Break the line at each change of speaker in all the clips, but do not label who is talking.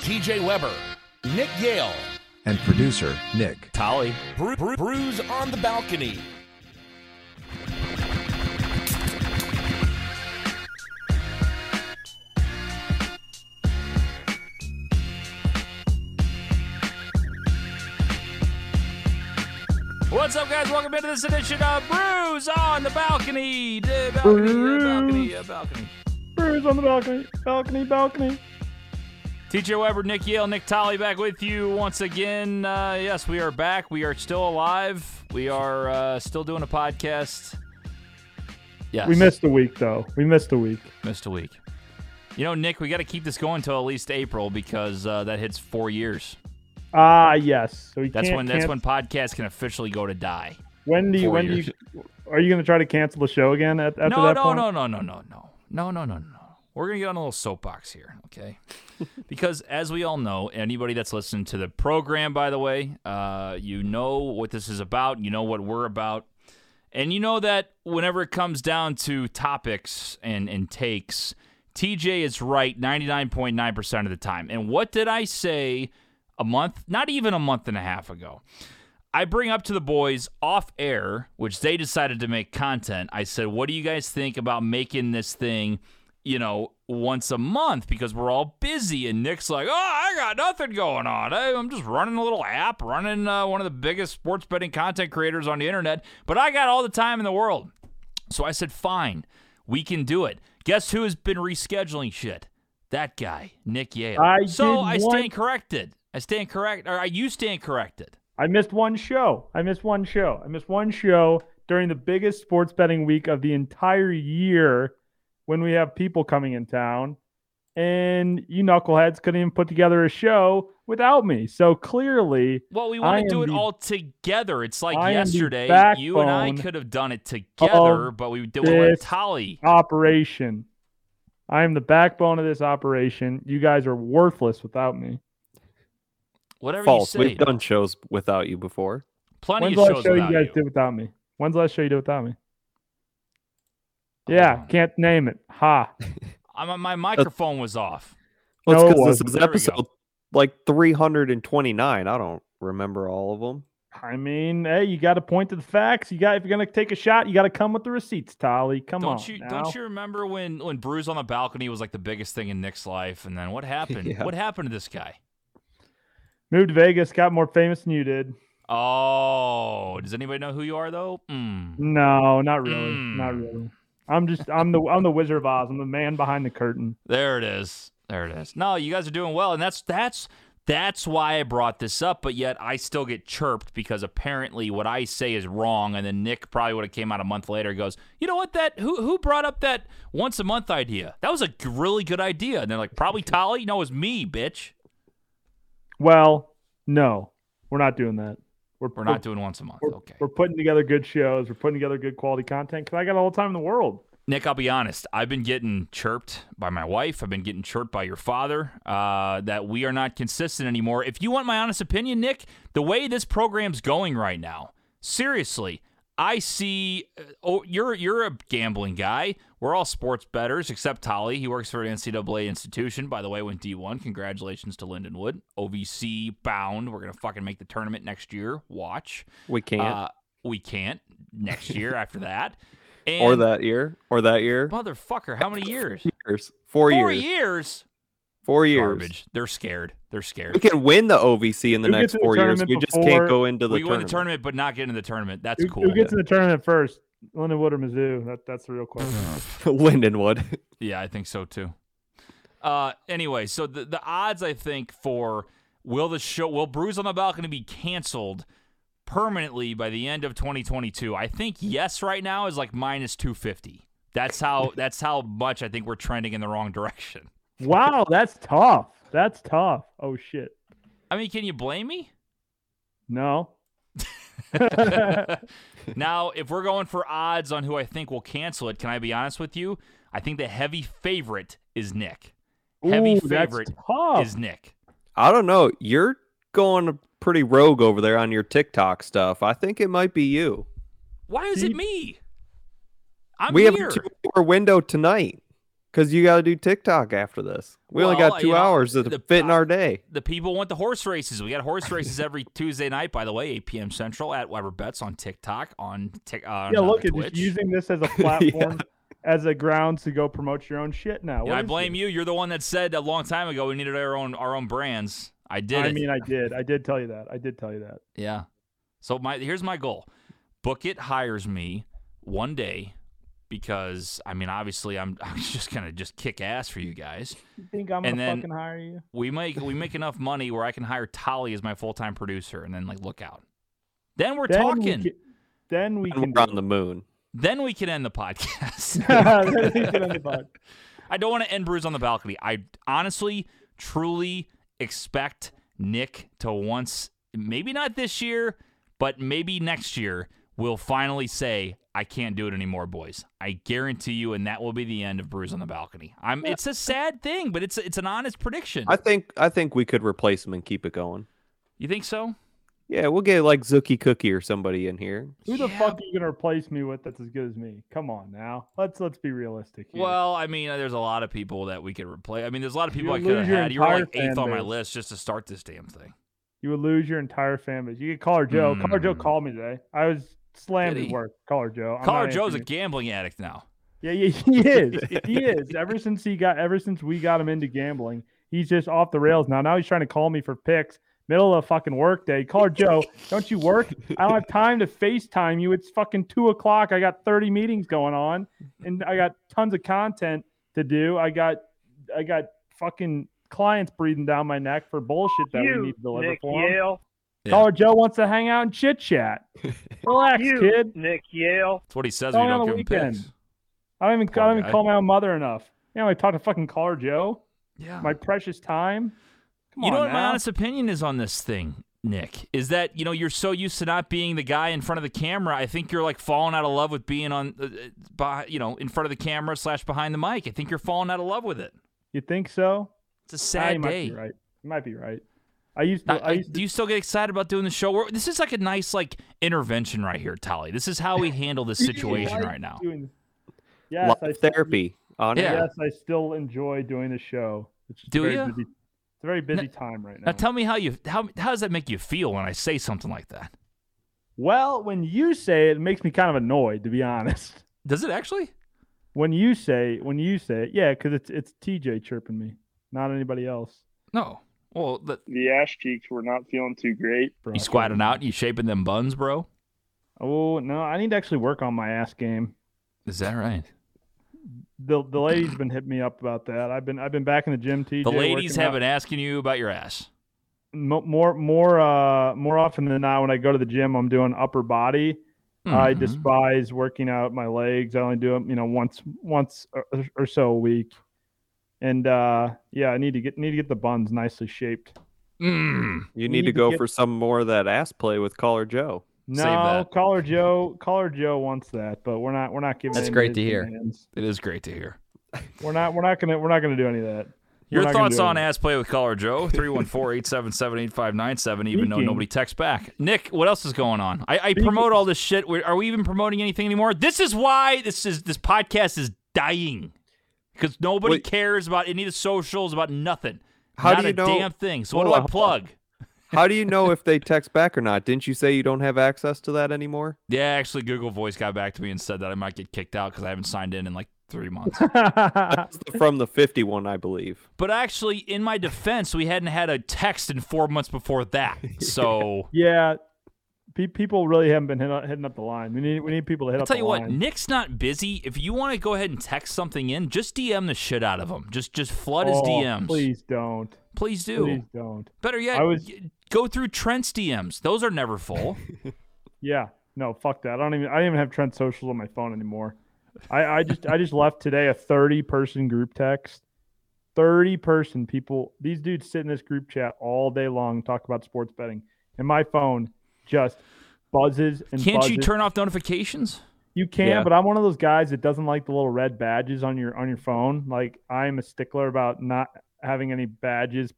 TJ Weber, Nick Yale,
and producer Nick
Tolly.
Bru- Bru- Brews on the Balcony.
What's up, guys? Welcome into this edition of Brews on the Balcony. The balcony, the balcony, the balcony.
Brews on the balcony, balcony, balcony.
TJ Weber, Nick Yale, Nick Tolly back with you once again. Uh, yes, we are back. We are still alive. We are uh, still doing a podcast. Yes.
We missed a week, though. We missed a week.
Missed a week. You know, Nick, we got to keep this going until at least April because uh, that hits four years.
Ah, yes. So we
That's
can't,
when that's
can't-
when podcasts can officially go to die.
When do you?
four
When do you? Are you going to try to cancel the show again at, after
no,
that
no,
point?
no, no, no, no, no, no, no, no, no. We're gonna get on a little soapbox here, okay? because as we all know, anybody that's listened to the program, by the way, uh, you know what this is about. You know what we're about, and you know that whenever it comes down to topics and and takes, TJ is right ninety nine point nine percent of the time. And what did I say? A month, not even a month and a half ago. I bring up to the boys off air, which they decided to make content. I said, "What do you guys think about making this thing, you know, once a month because we're all busy?" And Nick's like, "Oh, I got nothing going on. I, I'm just running a little app, running uh, one of the biggest sports betting content creators on the internet, but I got all the time in the world." So I said, "Fine, we can do it." Guess who has been rescheduling shit? That guy, Nick Yale.
I
so
did
I
one-
stand corrected. I stand correct, or I you stand corrected.
I missed one show. I missed one show. I missed one show during the biggest sports betting week of the entire year when we have people coming in town. And you knuckleheads couldn't even put together a show without me. So clearly,
Well, we want
I
to do
am
it
the-
all together. It's like
I am the
yesterday, you and I
backbone
could have done it together, but we did it with
this
Tolly.
operation. I am the backbone of this operation. You guys are worthless without me.
Whatever
False.
you say.
We've done shows without you before.
Plenty
When's the
of
last
shows
show you
without
guys
you.
did without me? When's the last show you did without me?
Hold
yeah,
on.
can't name it. Ha.
Oh,
I'm, my microphone was off.
Well,
No, it
it's 'cause
wasn't.
this is
There we go.
episode like 329. I don't remember all of them.
I mean, hey, you got to point to the facts. You got if you're gonna take a shot, you got to come with the receipts, Tolly. Come on.
Don't you
now.
don't you remember when when Bruise on the balcony was like the biggest thing in Nick's life, and then what happened?
Yeah.
What happened to this guy?
Moved to Vegas, got more famous than you did.
Oh, does anybody know who you are though? Mm.
No, not really.
Mm.
Not really. I'm just I'm the I'm the Wizard of Oz. I'm the man behind the curtain.
There it is. There it is. No, you guys are doing well, and that's that's that's why I brought this up. But yet I still get chirped because apparently what I say is wrong, and then Nick probably would have came out a month later and goes, "You know what? That who who brought up that once a month idea? That was a g- really good idea." And they're like, "Probably Tolly." No, it was me, bitch.
Well, no, we're not doing that. We're,
We're not doing once a month.
we're-
Okay.
We're putting together good shows. We're putting together good quality content because I got all the time in the world.
Nick, I'll be honest. I've been getting chirped by my wife. I've been getting chirped by your father uh, that we are not consistent anymore. If you want my honest opinion, Nick, the way this program's going right now, seriously, I see. uh, Oh, you're you're a gambling guy. We're all sports betters except Tolly. He works for an NCAA institution, by the way. Went D1. Congratulations to Lindenwood. OVC bound. We're gonna fucking make the tournament next year. Watch.
We can't.
Uh, we can't next year after that. And
or that year. Or that year.
Motherfucker, how many years?
years. Four,
Four
years.
years.
Four years.
Garbage. They're scared. They're
We
scared.
can win the OVC in the
Who
next
gets in the
four years.
tournament
We just
before-
can't go into the
We win
tournament.
the tournament, but not get into the tournament. That's
who,
cool.
who gets in the tournament first? Lindenwood or Mizzou? That, that's the real question.
Lindenwood.
Yeah, I think so too. Uh, anyway, so the the odds I think for will the show will Bruise on the Balcony be canceled permanently by the end of 2022? I think yes right now is like minus 250. That's how that's how much I think we're trending in the wrong direction.
wow, that's tough. That's tough. Oh shit.
I mean, can you blame me?
No.
now, if we're going for odds on who I think will cancel it, can I be honest with you? I think the heavy favorite is Nick. Heavy
Ooh,
favorite
That's tough.
is Nick.
I don't know. You're going pretty rogue over there on your TikTok stuff. I think it might be you.
Why is it me? I'm
we
here.
have a two-hour window tonight. Because you got to do TikTok after this. We only
Well,
got
you
two
know,
hours to
the
fit in
pro-
our day.
The people want the horse races. We got horse races every Tuesday night, by the way, 8 p.m. Central at Weber Bets on TikTok, on, tic, uh,
yeah,
on
look at
Twitch.
just using this as a platform, as a ground to go promote your own shit now.
Yeah,
What
I
is
blame you. You're the one that said a long time ago we needed our own our own brands. I
this?
did
I
it.
mean, I did. I did tell you that. I did tell you that.
yeah. So my here's my goal. Book it hires me one day because I mean obviously I'm I'm just gonna just kick ass for you guys.
You think I'm
And
gonna
then-
fucking hire you?
We make we make enough money where I can hire Tolly as my full time producer and then like look out. Then we're
Then we
talking.
can, then we can
And
do
we're on the moon.
then we can end the podcast.
it. Then we can end the pod.
I don't want to end Brews on the Balcony. I honestly, truly expect Nick to once, maybe not this year, but maybe next year, will finally say, I can't do it anymore, boys. I guarantee you, and that will be the end of Brews on the Balcony. I'm. It's a sad thing, but it's it's an honest prediction.
I think I think we could replace him and keep it going.
you think so?
Yeah, we'll get like Zookie Cookie or somebody in here.
Who the
Yeah,
fuck are you gonna replace me with that's as good as me? Come on now. Let's let's be realistic here.
Well, I mean, there's a lot of people that we could replace. I mean, there's a lot of people
You
I could have
lose your
had. You were
entire
like eighth
fan
on my
base.
list just to start this damn thing.
you would lose your entire fan base. You could call her Joe. Caller Joe
Mm.
called me today. I was slammed
Did
at
he?
work. Caller Joe. I'm
Caller
not
Joe's a
answering
gambling addict now.
it. Yeah, yeah, he is. he is. Ever since he got, ever since we got him into gambling, he's just off the rails now. Now he's trying to call me for picks. Middle of a fucking work day. Caller Joe, don't you work? I don't have time to FaceTime you. It's fucking two o'clock. I got 30 meetings going on and I got tons of content to do. I got I got fucking clients breathing down my neck for bullshit that we need to deliver
Nick
for 'em.
Yale.
Yeah.
Caller Joe wants to hang out and chit chat. Relax,
you,
kid.
Nick Yale.
That's what he says
Call
when
me
you
on
don't
the
give him
weekend.
picks.
I don't even,
Poor
I don't even
guy.
call my own mother enough. You know, I talk to fucking Caller Joe.
Yeah.
My precious time. Come
you know
on
what my
now.
honest opinion is on this thing, Nick, is that you know you're so used to not being the guy in front of the camera. I think you're like falling out of love with being on, uh, uh, by, you know, in front of the camera slash behind the mic. I think you're falling out of love with it.
You think so?
It's a
Ah, you
sad
might
day.
be right. You might be right. I used to.
Not-
I
I-
used to
do you still get excited about doing the show? We're- This is like a nice like intervention right here, Tolly. This is how we handle this situation
like
right now.
doing-
Live
yes, I still,
therapy on
Yeah.
air.
yes, I still enjoy doing the show. It's just a
Do
very
ya?
busy- It's a very busy time right now.
Now tell me how you how how does that make you feel when I say something like that?
well, when you say it, it makes me kind of annoyed, to be honest.
Does it actually?
When you say when you say it, yeah, because it's it's TJ chirping me, not anybody else.
No. Well, the,
The ash cheeks were not feeling too great.
Bro,
you squatting out, you shaping them buns, bro.
Oh no, I need to actually work on my ass game.
Is that right?
The the lady's been hitting me up about that. I've been I've been back in the gym. TJ,
The ladies
working
have
out.
been asking you about your ass.
Mo- more more uh more often than not when I go to the gym, I'm doing upper body. I
Mhm.
despise working out my legs. I only do them, you know, once once or, or so a week. And uh yeah, I need to get need to get the buns nicely shaped.
Mm.
You need
need
to
to
go
get-
for some more of that ass play with Caller Joe.
Save
No,
that.
Caller Joe, Caller Joe wants that, but we're not we're not giving.
That's
in
great
his
to hear.
demands.
It is great to hear.
We're not we're not gonna we're not gonna do any of that. We're
Your
not gonna
thoughts
do
on
any of
ass play with caller Joe 314-877-8597 even though
Speaking-
nobody texts back. Nick, what else is going on? I, I promote all this shit. We- Are we even promoting anything anymore? This is why this is this podcast is dying. Cuz nobody
Wait.
cares about any of the socials about nothing.
How
Not
do you
a
know-
damn thing. So what do
Hold
I
on, hold on.
plug?
How do you know if they text back or not? Didn't you say you don't have access to that anymore?
Yeah, actually Google Voice got back to me and said that I might get kicked out cuz I haven't signed in in like 3 months.
that.
It's the- From the 51, I believe.
But actually, in my defense, we hadn't had a text in four months before that. So
yeah, pe- people really haven't been hit, hitting up the line. We need we need people to hit
I'll
up.
tell
the
you what,
line.
Nick's not busy. If you want to go ahead and text something in, just DM the shit out of him. Just just flood his
Oh,
DMs.
Please don't.
Please do.
Please don't.
Better yet,
I was-
y- go through Trent's DMs. Those are never full.
Yeah. No, fuck that. I don't even I don't even have Trent socials on my phone anymore. I, I just I just left today a 30 person group text. 30 person people. These dudes sit in this group chat all day long talk about sports betting. And my phone just buzzes and
Can't you
buzzes.
turn off notifications?
You can,
Yeah.
but I'm one of those guys that doesn't like the little red badges on your on your phone. Like I'm a stickler about not having any badges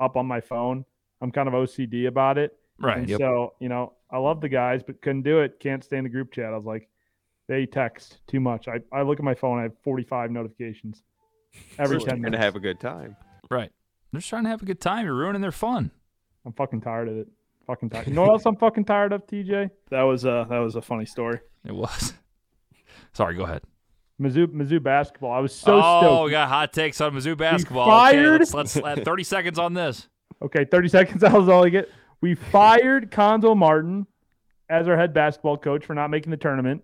up on my phone. I'm kind of OCD about it.
Right.
And so, you know, I love the guys, but couldn't do it. Can't stay in the group chat. I was like, they text too much. I, I look at my phone, I have 45 notifications. every
We're
ten
gonna
minutes.
have a good time.
Right. They're just trying to have a good time. You're ruining their fun.
I'm fucking tired of it. Fucking tired. You know what else I'm fucking tired of, TJ?
That was a that was a funny story.
It was. Sorry, go ahead.
Mizzou, Mizzou basketball. I was so
oh, we
stoked.
got hot takes on Mizzou basketball. Okay,
fired?
let's, let's add 30 seconds on this.
Okay, 30 seconds. That was all I get. We fired Conzo Martin as our head basketball coach for not making the tournament.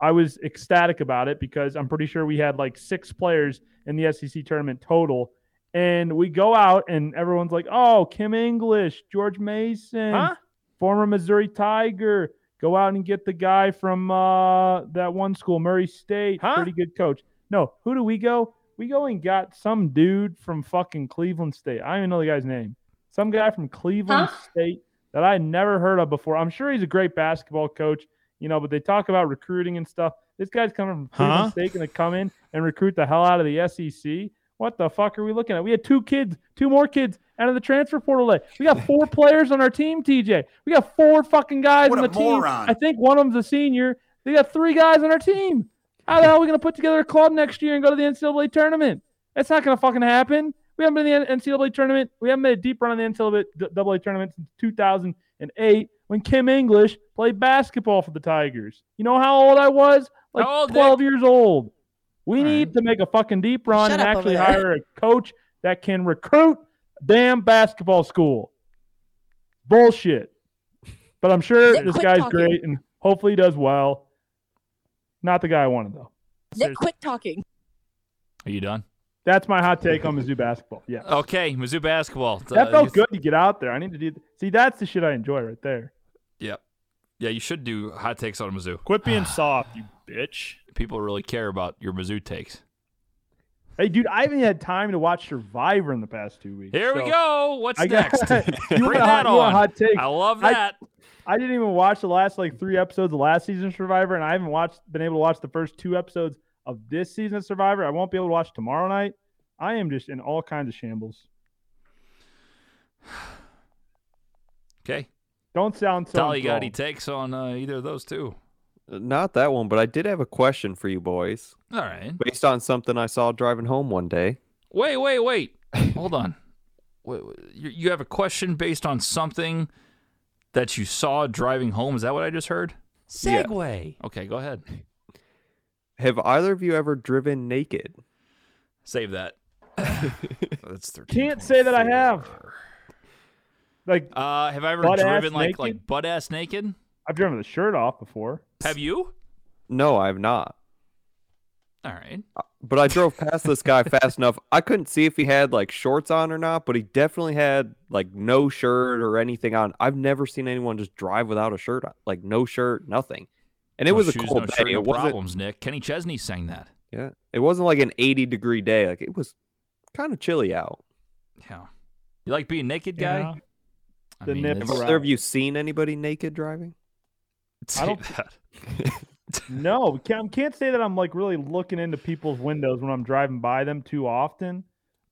I was ecstatic about it because I'm pretty sure we had like six players in the SEC tournament total. And we go out and everyone's like, oh, Kim English, George Mason,
Huh?
former Missouri Tiger. Go out and get the guy from uh, that one school, Murray State.
Huh?
Pretty good coach. No, who do we go? We go and got some dude from fucking Cleveland State. I don't even know the guy's name. Some guy from Cleveland State that I had never heard of before. I'm sure he's a great basketball coach, you know, but they talk about recruiting and stuff. This guy's coming from Cleveland
Huh?
State going to come in and recruit the hell out of the SEC. What the fuck are we looking at? We had two kids, two more kids out of the transfer portal. today. We got four players on our team, TJ. We got four fucking guys
What
on
a
the team.
moron.
I think one of them's a senior. They got three guys on our team. How the hell are we going to put together a club next year and go to the NCAA tournament? That's not going to fucking happen. We haven't been in the NCAA tournament. We haven't made a deep run in the NCAA tournament since 2008 when Kim English played basketball for the Tigers. You know how old I was? Like
How old,
12 years old. We
All right.
need to make a fucking deep run
Shut
and
up
actually
over there.
hire a coach that can recruit a damn basketball school. Bullshit. But I'm sure
Nick,
this
quit
guy's
talking.
great and hopefully he does well. Not the guy I wanted though.
Nick, quit talking.
Are you done?
That's my hot take on Mizzou basketball. Yeah.
Okay, Mizzou basketball.
That
Uh,
felt
you-
good to get out there. I need to do. See, that's the shit I enjoy right there.
Yeah. Yeah, you should do hot takes on Mizzou.
Quit being soft, you bitch.
People really care about your Mizzou takes.
Hey, dude, I haven't had time to watch Survivor in the past two weeks.
Here
so
we go. What's
I got,
next?
you want
Bring
a hot,
that
you
on.
want a hot take.
I love
I-
that.
I didn't even watch the last like three episodes of last season of Survivor, and I haven't watched been able to watch the first two episodes of this season of Survivor. I won't be able to watch tomorrow night. I am just in all kinds of shambles.
okay.
Don't sound so.
Dolly got any
enthralled.
takes on uh, either of those two?
Uh, Not that one, but I did have a question for you boys,
All right.
based on something I saw driving home one day.
Wait, wait, wait. Hold on. Wait, wait, you you have a question based on something that you saw driving home. Is that what I just heard?
Yeah.
Segway. Okay, go ahead.
Have either of you ever driven naked?
Save that. Oh, That's 13.
Can't say that I have. Like
Uh, have I ever
Butt-ass
driven like
naked?
like butt ass naked?
I've driven the shirt off before.
Have you?
No, I have not.
All right.
But I drove past this guy fast enough. I couldn't see if he had like shorts on or not, but he definitely had like no shirt or anything on. I've never seen anyone just drive without a shirt on, like no shirt, nothing. And it
No
was a
shoes,
cold
no
day.
shirt, no
it wasn't.
problems, Nick. Kenny Chesney sang that.
Yeah, it wasn't like an eighty degree day. Like it was kind of chilly out.
Yeah. You like being naked, guy?
Yeah.
I
The
mean,
nip
Have
it's-
around.
either of you seen anybody naked driving?
Save
don't-
that.
No, we can't, can't say that I'm like really looking into people's windows when I'm driving by them too often.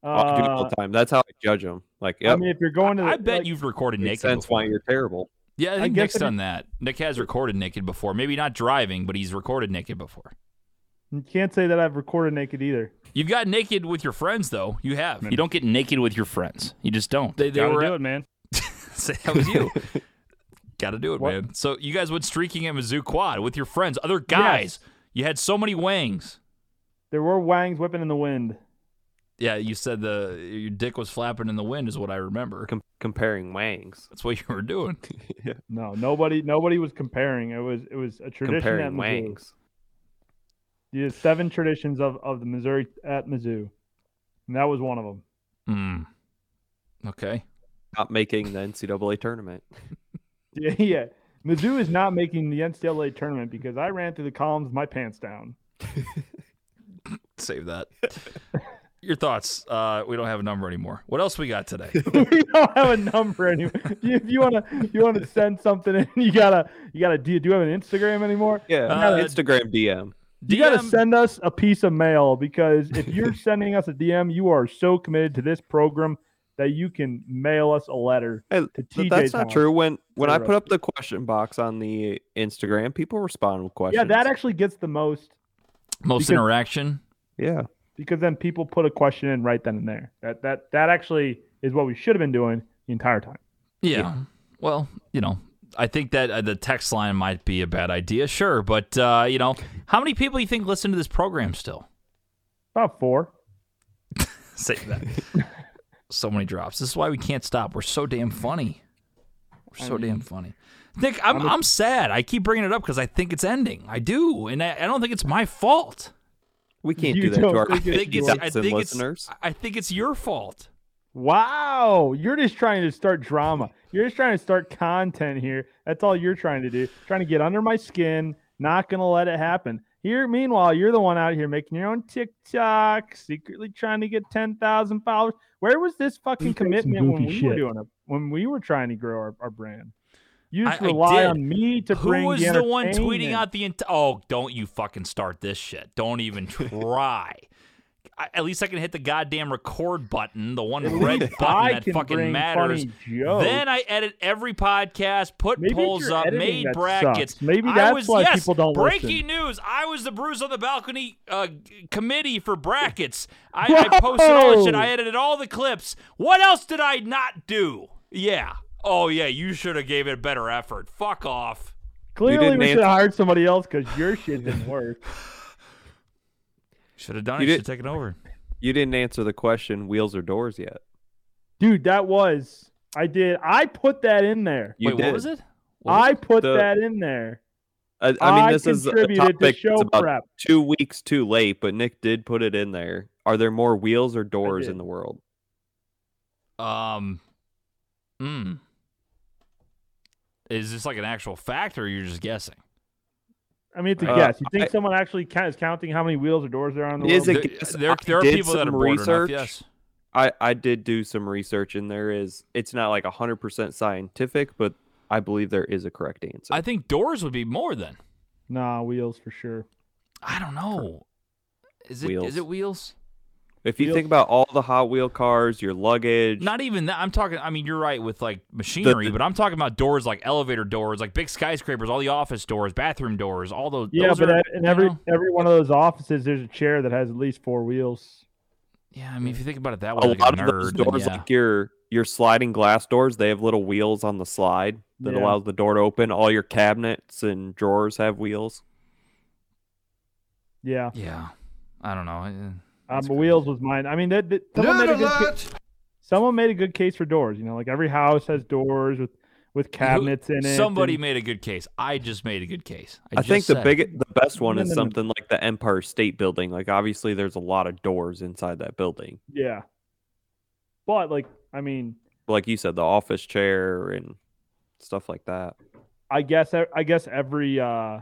I do it all
Uh,
the time. That's how I judge them. Like,
I
yep,
mean, if you're going to, the,
I bet
like,
you've recorded naked.
makes sense
before.
why you're terrible.
Yeah, I
I
think
guess
Nick's
I did-
done that. Nick has recorded naked before. Maybe not driving, but he's recorded naked before.
you can't say that I've recorded naked either.
You've got naked with your friends, though. You have. You don't get naked with your friends. You just don't. They, they
Gotta
were.
do it, man.
Say that was you. got to do it,
What?
man. So you guys went streaking at Mizzou Quad with your friends, other guys. You had so many wangs.
There were wangs whipping in the wind.
Yeah, you said the your dick was flapping in the wind, is what I remember.
Com- comparing wangs.
That's what you were doing.
No, nobody, nobody was comparing. It was, it was a tradition at
comparing
Mizzou.
wangs.
The seven traditions of, of the Missouri at Mizzou, and that was one of them.
Hmm. Okay.
Not making the NCAA tournament.
Yeah, yeah. Mizzou is not making the NCAA tournament because I ran through the columns with my pants down.
Save that. Your thoughts. Uh, we don't have a number anymore. What else we got today?
we don't have a number anymore. If you wanna, if you wanna send something in, you gotta, you gotta. Do you, do you have an Instagram anymore?
Yeah,
Uh,
Instagram DM.
You gotta
DM
send us a piece of mail because if you're sending us a DM, you are so committed to this program that you can mail us a letter.
Hey,
to
but
TJ
that's not
Thomas.
true. When when I
Correct.
put up the question box on the Instagram, people respond with questions.
Yeah, that actually gets the most.
most
because-
interaction.
yeah.
because then people put a question in right then and there. That that that actually is what we should have been doing the entire time.
Yeah. Well, you know, I think that uh, the text line might be a bad idea, sure, but uh, you know, how many people you think listen to this program still?
About four.
Say that. so many drops. This is why we can't stop. We're so damn funny. We're so damn funny. Nick, I'm, I'm sad. I keep bringing it up because I think it's ending. I do, and I, I don't think it's my fault.
We can't
You
do that to
don't
our
think
I think it's, I
50,000
think it's,
listeners.
I think it's your fault.
Wow, you're just trying to start drama. You're just trying to start content here. That's all you're trying to do. Trying to get under my skin. Not gonna let it happen. Here, meanwhile, you're the one out here making your own TikTok, secretly trying to get ten thousand followers. Where was this fucking
You're doing some
commitment when
goofy
we were
shit.
doing it? When we were trying to grow our, our brand, you just
I- I
rely
did.
on me to
Who
bring.
was the, one tweeting
entertainment.
out the ent- oh don't you fucking start this shit don't even try I, at least i can hit the goddamn record button the one red button
I
that
can
fucking
bring
matters
funny jokes.
then i edit every podcast put
Maybe it's
polls
your
up
editing
made
that
brackets
sucks. Maybe
I
that's
was,
why
yes,
people don't
breaking news i was the bruise on the balcony uh, g- committee for brackets I, I posted all this shit
Whoa!
i edited all the clips what else did i not do yeah oh yeah you should have gave it better effort fuck off
Clearly,
didn't
we should have
answer-
hired somebody else because your shit didn't work.
Should have done it.
You did-
Should have taken over.
You didn't answer the question wheels or doors yet.
Dude, that was I did. I put that in there.
You
Wait,
did.
what was it? What was
I put
the-
that in there.
I, I mean,
I
this is a
contributed to
topic that's
show
about
prep.
two weeks too late, but Nick did put it in there. Are there more wheels or doors
did.
in the world?
it? Um. Hmm. Is this like an actual fact, or you're just guessing?
I mean, it's a
Uh,
guess. You think
I-
someone actually ca- is counting how many wheels or doors there are on the
Is
world?
it-
There,
guess.
there,
I
there are
did
people that are
some
bored
research.
enough. Yes.
I, I did do some research, and there is, it's not like 100% scientific, but I believe there is a correct answer.
I think doors would be more than.
Nah, wheels for sure.
I don't know. Is it? Is
Wheels.
it wheels?
if you
Wheels-
think about all the Hot Wheel cars, your luggage,
Not even that. I'm talking. I mean, you're right with like machinery, but I'm talking about doors like elevator doors, like big skyscrapers, all the office doors, bathroom doors, all those.
Yeah,
those
but
are,
at- in
you
every
know?
every one of those offices, there's a chair that has at least four wheels.
Yeah, I mean, if you think about it that way,
a
like
lot
a
of
nerd,
those
then
doors,
yeah.
like your your sliding glass doors, they have little wheels on the slide that
Yeah.
allows the door to open. All your cabinets and drawers have wheels.
Yeah,
yeah, I don't know.
um,
That's
wheels was mine. I mean, that, that someone made a good ca- someone made a good case for doors. You know, like every house has doors with with cabinets in it.
Somebody
and-
made a good case. I just made a good case. I,
I,
just
think the
said
big,
it.
the best one
No,
is
no, no.
something like the Empire State Building. Like obviously, there's a lot of doors inside that building.
yeah, but like, I mean,
Like you said, the office chair and stuff like that.
I guess e, I guess every uh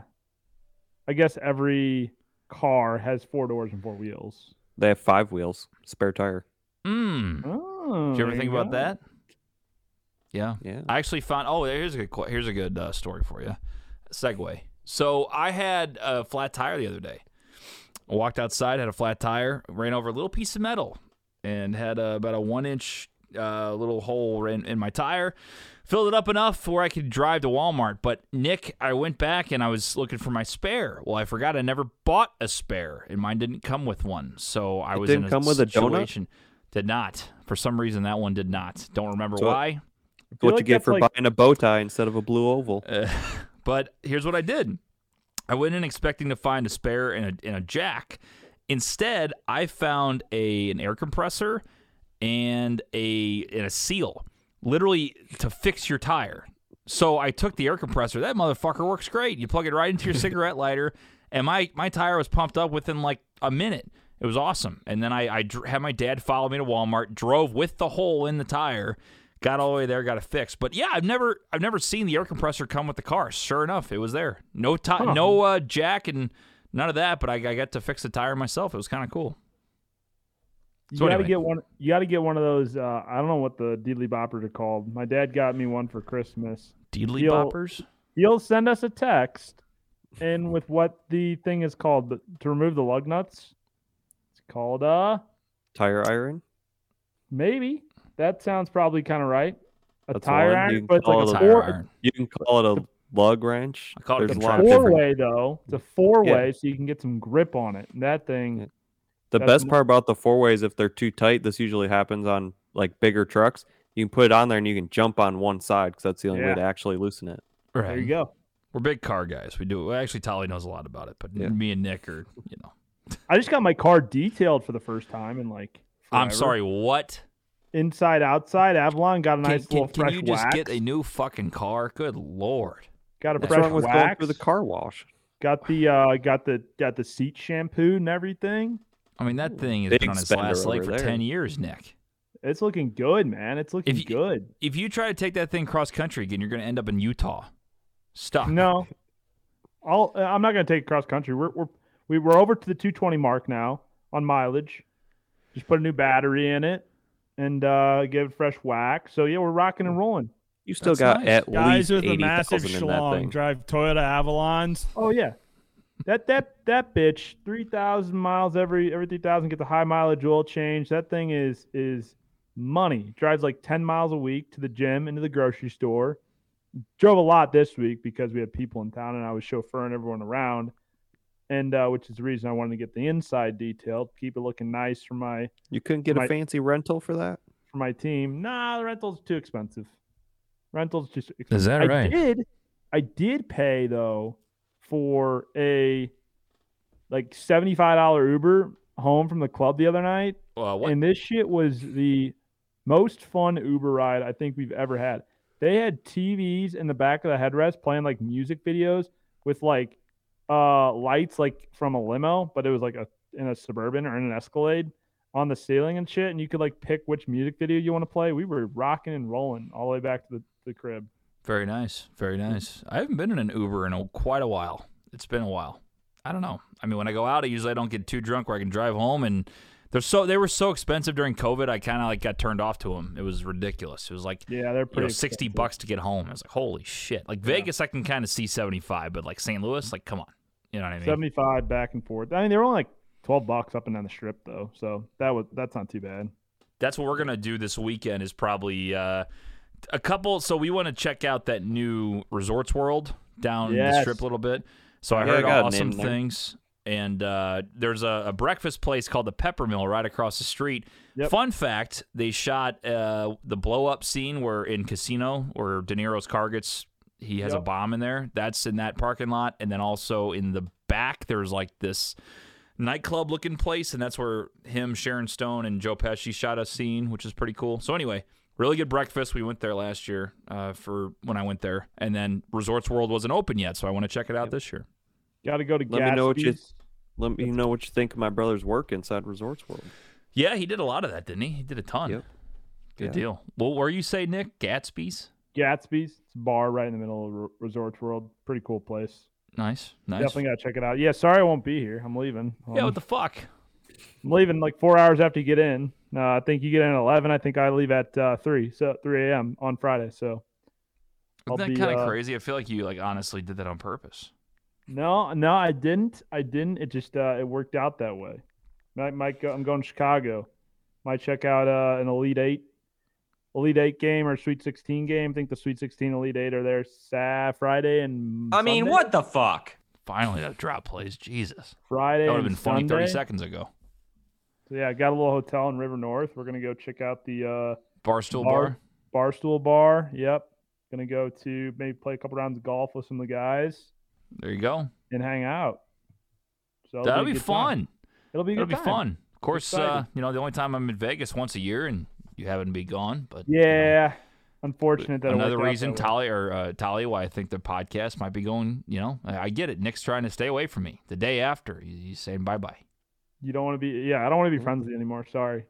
I guess every car has four doors and four wheels.
They have five wheels, spare tire.
Mm.
Oh,
Did you ever think about that? Yeah.
Yeah.
I actually found. Oh, here's a good. qu- Here's a good uh, story for you. Segue. So I had a flat tire the other day. I walked outside, had a flat tire, ran over a little piece of metal, and had uh, about a one inch uh, little hole in, in my tire. Filled it up enough where I could drive to Walmart. But Nick, I went back and I was looking for my spare. Well, I forgot I never bought a spare, and mine didn't come with one. So I
It
was in
didn't
a
come with a donut?
situation. Did not. For some reason, that one did not. Don't remember
So-
why.
What
like
you get
that's
for
like-
buying a bow tie instead of a blue oval?
Uh, but here's what I did. I went in expecting to find a spare and a, and a jack. Instead, I found a an air compressor and a and a seal, literally to fix your tire. So I took the air compressor. That motherfucker works great. You plug it right into your cigarette lighter, and my my tire was pumped up within like a minute. It was awesome. And then I, I dr- had my dad follow me to Walmart, drove with the hole in the tire, got all the way there, got it fixed. But yeah, I've never I've never seen the air compressor come with the car. Sure enough, it was there. No ti- no uh, jack and none of that. But I, I got to fix the tire myself. It was kind of cool.
You
So
gotta
anyway.
get one. You gotta get one of those. Uh, I don't know what the deedly boppers are called. My dad got me one for Christmas.
Deedly
Yo.
boppers.
He'll send us a text, and with what the thing is called but to remove the lug nuts. It's called uh
Tire iron.
maybe that sounds probably kind of right. A
That's
tire
one. You
iron,
can
but it's
call
like
it
a
a
Tire
four,
iron.
You can call it a lug wrench.
I call it a
There's a
control
lot of
Four
different
four way though. It's a four way, so you can get some grip on it. And that thing,
The
That's
best part about the four ways, if they're too tight, this usually happens on like bigger trucks. You can put it on there and you can jump on one side because that's the only way
Yeah.
to actually loosen it.
Right.
There you go.
We're big car guys. We do. Well, actually, Tolly knows a lot about it, but
Yeah.
me and Nick are, you know.
I just got my car detailed for the first time in like.
I'm
forever.
sorry. What?
Inside, outside, Avalon got a
Can,
nice
can,
little
can
fresh
you just
wax.
get a new fucking car? Good lord.
got a
What's
fresh
wrong with going
wax.
through the car wash?
Got the uh, got the got the seat shampooed and everything.
I mean, that thing has
big
been on its
spender
last leg
over
for
there.
ten years, Nick.
It's looking good, man. It's looking
you-
good.
If you try to take that thing cross country again, you're going to end up in Utah, stuck.
No, I'll, uh, I'm not going to take cross country. We're we're we we're over to the 220 mark now on mileage. Just put a new battery in it and uh, give it fresh whack. So yeah, we're rocking and rolling.
You still
That's
got
nice.
at
Guys
least
with a
eighty
massive
thousand in that
schlong
thing.
drive Toyota Avalons.
Oh yeah, that that that bitch, three thousand miles every every three thousand gets a high mileage oil change. That thing is is money. Drives like ten miles a week to the gym and to the grocery store. Drove a lot this week because we had people in town and I was chauffeuring everyone around, and uh, which is the reason I wanted to get the inside detailed, keep it looking nice for my
You couldn't get a
Right.
fancy rental for that.
for my team. Nah, the rental's too expensive. Rental's just expensive.
Is that
I
right?
did. I did pay though for a like seventy five dollar Uber home from the club the other night,
Uh, what?
and this shit was the most fun Uber ride I think we've ever had. They had TVs in the back of the headrest playing like music videos with like uh lights like from a limo, but it was like a in a suburban or in an Escalade on the ceiling and shit, and you could like pick which music video you want to play. We were rocking and rolling all the way back to the, the crib.
Very nice. Very
Hmm.
nice. I haven't been in an Uber in a, quite a while. It's been a while. I don't know. I mean, when I go out, I usually I don't get too drunk where I can drive home and they're so they were so expensive during COVID. I kind of like got turned off to them. It was ridiculous. It was like
Yeah, they're
you
pretty
know, 60
expensive.
bucks to get home. I was like, holy shit. Like Vegas, I can kind of see 75, but like St. Louis, like, come on. You know what I mean?
Seventy five back and forth. I mean, they were only like twelve bucks up and down the strip though, so that was that's not too bad.
That's what we're going to do this weekend is probably uh, a couple. So we want to check out that new Resorts World down the
Yes.
strip a little bit. So I
Yeah, I
heard
got an
awesome
in there.
things. And uh, there's a, a breakfast place called the Peppermill right across the street.
Yep.
Fun fact: They shot uh, the blow up scene where in Casino, where De Niro's car gets he has a
Yep.
bomb in there. That's in that parking lot, and then also in the back there's like this nightclub looking place, and that's where him, Sharon Stone, and Joe Pesci shot a scene, which is pretty cool. So anyway, really good breakfast. We went there last year uh, for when I went there, and then Resorts World wasn't open yet, so I want to check it out this year.
Got to go to
Let me know what you-
Gatsby's.
Let me know what you think of my brother's work inside Resorts World.
Yeah, he did a lot of that, didn't he? He did a ton.
Yep.
Good
Yeah.
deal. Well, where you say Nick Gatsby's?
Gatsby's. It's a bar right in the middle of Re- Resorts World. Pretty cool place.
Nice, nice.
Definitely got to check it out. Yeah, sorry I won't be here. I'm leaving.
yeah,
Um,
what the fuck?
I'm leaving like four hours after you get in. Uh, I think you get in at eleven. I think I leave at uh, three. So three a.m. on Friday. So
Isn't
I'll
that
be,
kind of
uh,
crazy? I feel like you like honestly did that on purpose.
No, no, I didn't. I didn't. It just uh, it worked out that way. Might, might go, I'm going to Chicago. Might check out uh, an Elite Eight, Elite Eight game or Sweet Sixteen game. I think the Sweet Sixteen Elite Eight are there Sa- Friday and
I mean,
Sunday?
what the fuck?
Finally, that drop plays. Jesus,
Friday
that would have
and
been funny thirty
Sunday.
seconds ago.
So, yeah, I got a little hotel in River North. We're gonna go check out the uh,
Barstool
Bar-
bar.
Barstool Bar. Yep. Gonna go to maybe play a couple rounds of golf with some of the guys
There you go.
and hang out. So it'll
That'll
a
be,
good time.
fun.
It'll be a
It'll
good
be
time.
fun. Of course, uh,
exciting.
you know the only time I'm in Vegas once a year, and you happen to be gone. But you know,
Yeah. Unfortunate that it
another
worked out
reason
that way.
Tali or uh, Tali why I think the podcast might be going. You know, I, I get it. Nick's trying to stay away from me. The day after, he- he's saying bye bye.
You don't want to be. Yeah, I don't want to be friends with you anymore. Sorry.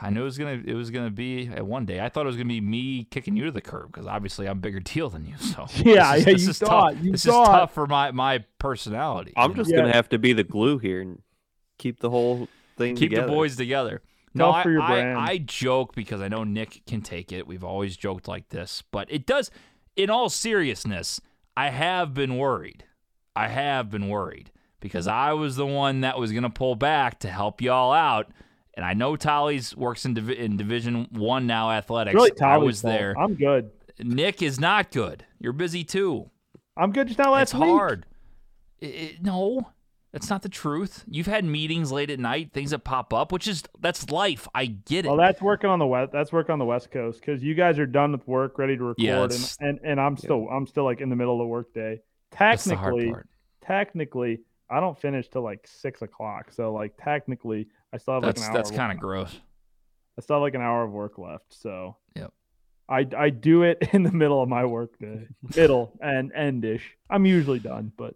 I knew it was gonna it was gonna be uh, one day. I thought it was gonna be me kicking you to the curb because obviously I'm a bigger deal than you. So
Yeah,
this is,
yeah,
this
you
is
thought,
tough.
you
this is
thought.
tough for my my personality.
I'm
you
just
Yeah.
gonna have to be the glue here and keep the whole thing
keep
together.
the boys together.
Tough
No, I,
for your
I-
brand.
I joke because I know Nick can take it. We've always joked like this, but it does. In all seriousness, I have been worried. I have been worried because
Mm-hmm.
I was the one that was going to pull back to help y'all out, and I know Tolly's works in, Divi- in Division One now athletics.
It's really
I
Tyler's
was
fault.
there.
I'm good.
Nick is not good. You're busy too.
I'm good. Just not last
That's
week.
hard. I- I- no, That's not the truth. You've had meetings late at night, things that pop up, which is that's life. I get it.
Well, that's working on the west. That's working on the west coast because you guys are done with work, ready to record,
Yeah,
and,
that's-
and and I'm still I'm still like in the middle of the work day.
that's the hard
Technically,
part.
technically, I don't finish till like six o'clock. So like technically, I still have
That's
like an hour.
that's
of
kind of
work-
gross.
I still have like an hour of work left. So
Yep.
I I do it in the middle of my work day, middle and endish. I'm usually done, but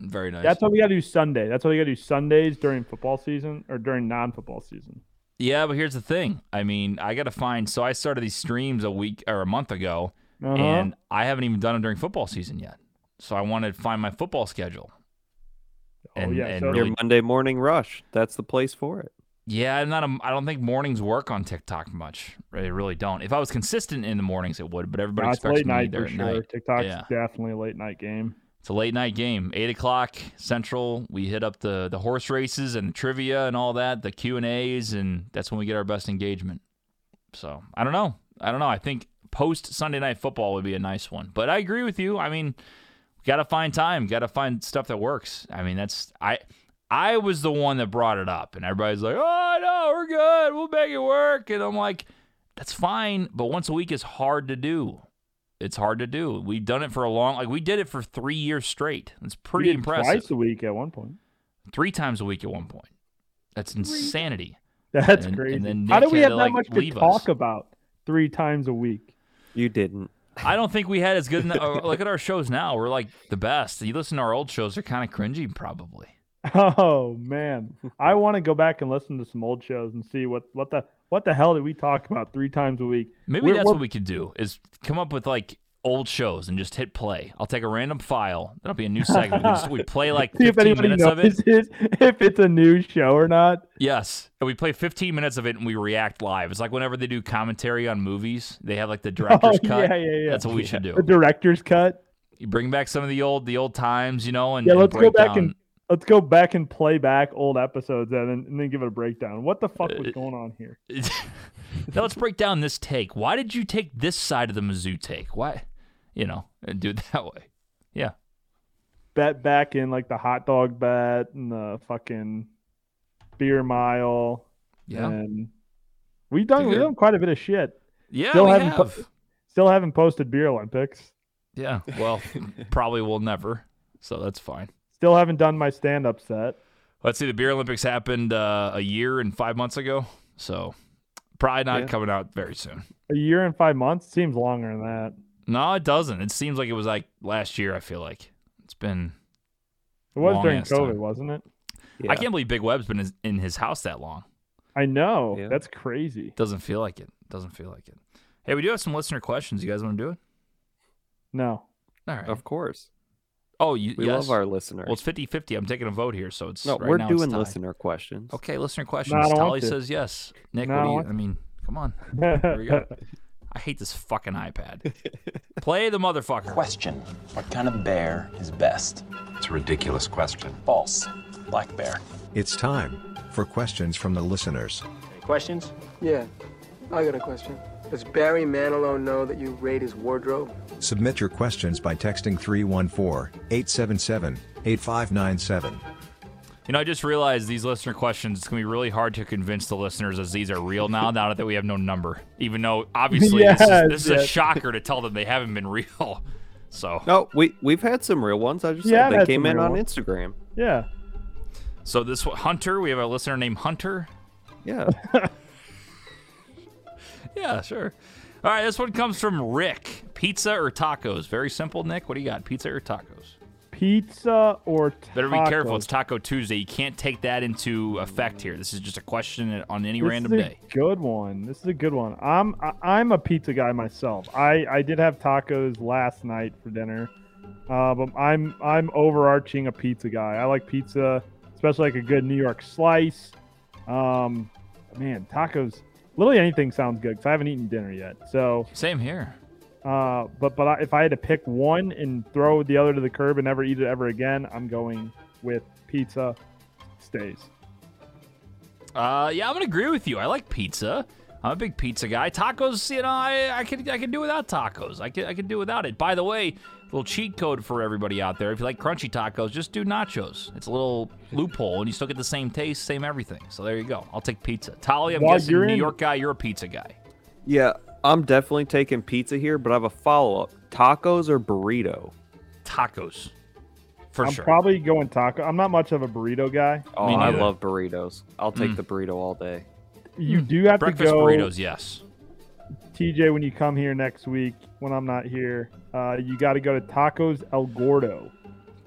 Very nice.
that's what we got to do Sunday. That's what we got to do Sundays during football season or during non-football season.
yeah, but here's the thing. I mean, I got to find. So I started these streams a week or a month ago,
Uh-huh.
and I haven't even done them during football season yet. So I want to find my football schedule. and- and
Oh, so-
really
Your Monday morning rush. That's the place for it.
Yeah, I'm not. A, I don't think mornings work on TikTok much. They really don't. If I was consistent in the mornings, it would. But everybody
No, it's
expects
late
me to be
night
there
for
at
sure.
night.
TikTok's
Yeah.
definitely a late night game.
It's a late night game, eight o'clock central. We hit up the the horse races and trivia and all that, the Q and A's, and that's when we get our best engagement. So I don't know. I don't know. I think post Sunday night football would be a nice one. But I agree with you. I mean, got to find time. Got to find stuff that works. I mean, that's I. I was the one that brought it up, and everybody's like, "Oh no, we're good. We'll make it work." And I'm like, "That's fine, but once a week is hard to do. It's hard to do. We've done it for a long, like we did it for three years straight. It's
We
pretty
did
impressive.
Twice a week at one point.
Three times a week at one point. That's insanity. And-
That's
and
crazy.
then
How
Nick
do we
had
have
to,
that
like,
much to
leave
talk
us.
about three times a week?
You didn't.
I don't think we had as good. Enough, uh, look at our shows now. We're like the best. You listen to our old shows; they're kind of cringy, probably.
Oh man, I want to go back and listen to some old shows and see what what the what the hell did we talk about three times a week?
Maybe
We're-
that's
we're-
what we could do is come up with like old shows and just hit play. I'll take a random file. That'll be a new segment. We, just, we play like
See if
15
anybody
minutes of it.
knows if it's a new show or not.
Yes. And we play 15 minutes of it and we react live. It's like whenever they do commentary on movies, they have like the director's
Oh,
cut.
yeah, yeah, yeah.
That's what we should do.
The director's cut.
You bring back some of the old the old times, you know, and
Yeah,
and
let's go
break
back
down-
and let's go back and play back old episodes and then, and then give it a breakdown. What the fuck
Uh,
was going on here?
now let's break down this take. Why did you take this side of the Mizzou take? Why, you know, and do it that way. Yeah.
bet back in like the hot dog bet and the fucking beer mile. And we've done we've
Dude.
done quite a bit of shit.
Yeah.
Still
we
haven't pu-
have.
Still haven't posted beer Olympics.
Yeah. Well, probably will never. So that's fine.
Still haven't done my stand up set.
Let's see. The Beer Olympics happened uh, a year and five months ago. So probably not
Yeah.
coming out very soon.
A year and five months seems longer than that.
No, it doesn't. It seems like it was like last year, I feel like. It's been.
It was
Long
during
ass
COVID,
time.
wasn't it?
Yeah.
I can't believe Big Web's been in his house that long.
I know.
Yeah.
That's crazy.
Doesn't feel like it. Doesn't feel like it. Hey, we do have some listener questions. You guys want to do it?
No.
All right.
Of course.
Oh, you
We
yes.
love our listeners.
Well, it's 50 50. I'm taking a vote here. So it's.
no,
right
we're
now it's
doing
tied.
listener questions.
Okay, listener questions.
don't want
Tolly
to.
says yes. Nick,
No,
what
I
do
don't
you,
want
I mean, come on. There we
I
go. I hate this fucking iPad. Play the motherfucker.
Question What kind of bear is best?
It's a ridiculous question.
False. Black bear.
It's time for questions from the listeners.
Questions?
Yeah, I got a question. Does Barry Manilow know that you raid his wardrobe?
Submit your questions by texting 314 877 8597.
You know, I just realized these listener questions, it's going to be really hard to convince the listeners as these are real now, now that we have no number. Even though, obviously, this, is,
Yes,
this is a
yes.
shocker to tell them they haven't been real. So,
No, we we've had some real ones. I just
Yeah, I've
said
had
they came
some
in
real
on
ones.
Instagram.
yeah.
so this one- Hunter, we have a listener named Hunter.
Yeah.
Yeah, sure. All right, this one comes from Rick. Pizza or tacos? Very simple, Nick. What do you got? Pizza or tacos?
Pizza or tacos.
Better be careful. It's Taco Tuesday. You can't take that into effect here. This is just a question on any
This
random
is a
day.
Good one. This is a good one. I'm I, I'm a pizza guy myself. I I did have tacos last night for dinner, uh, but I'm I'm overarching a pizza guy. I like pizza, especially like a good New York slice. Um, man, tacos. Literally anything sounds good because I haven't eaten dinner yet. So,
Same here.
uh, but but I, if I had to pick one and throw the other to the curb and never eat it ever again, I'm going with pizza. Stays.
Uh, yeah, I'm gonna agree with you. I like pizza. I'm a big pizza guy. Tacos, you know, I, I could I could do without tacos. I could I could do without it. By the way, little cheat code for everybody out there. If you like crunchy tacos, just do nachos. It's a little loophole, and you still get the same taste, same everything. So there you go. I'll take pizza. Tolly, I'm
While
guessing
you're
New
in-
York guy, you're a pizza guy.
Yeah, I'm definitely taking pizza here, but I have a follow up: tacos or burrito?
Tacos, for
I'm
sure.
probably going taco. I'm not much of a burrito guy.
Oh,
Me
I
neither. Mm.
love burritos. I'll take the burrito all day.
You do have
Breakfast
to go
burritos, yes.
TJ when you come here next week when I'm not here. Uh, you got to go to Tacos El Gordo.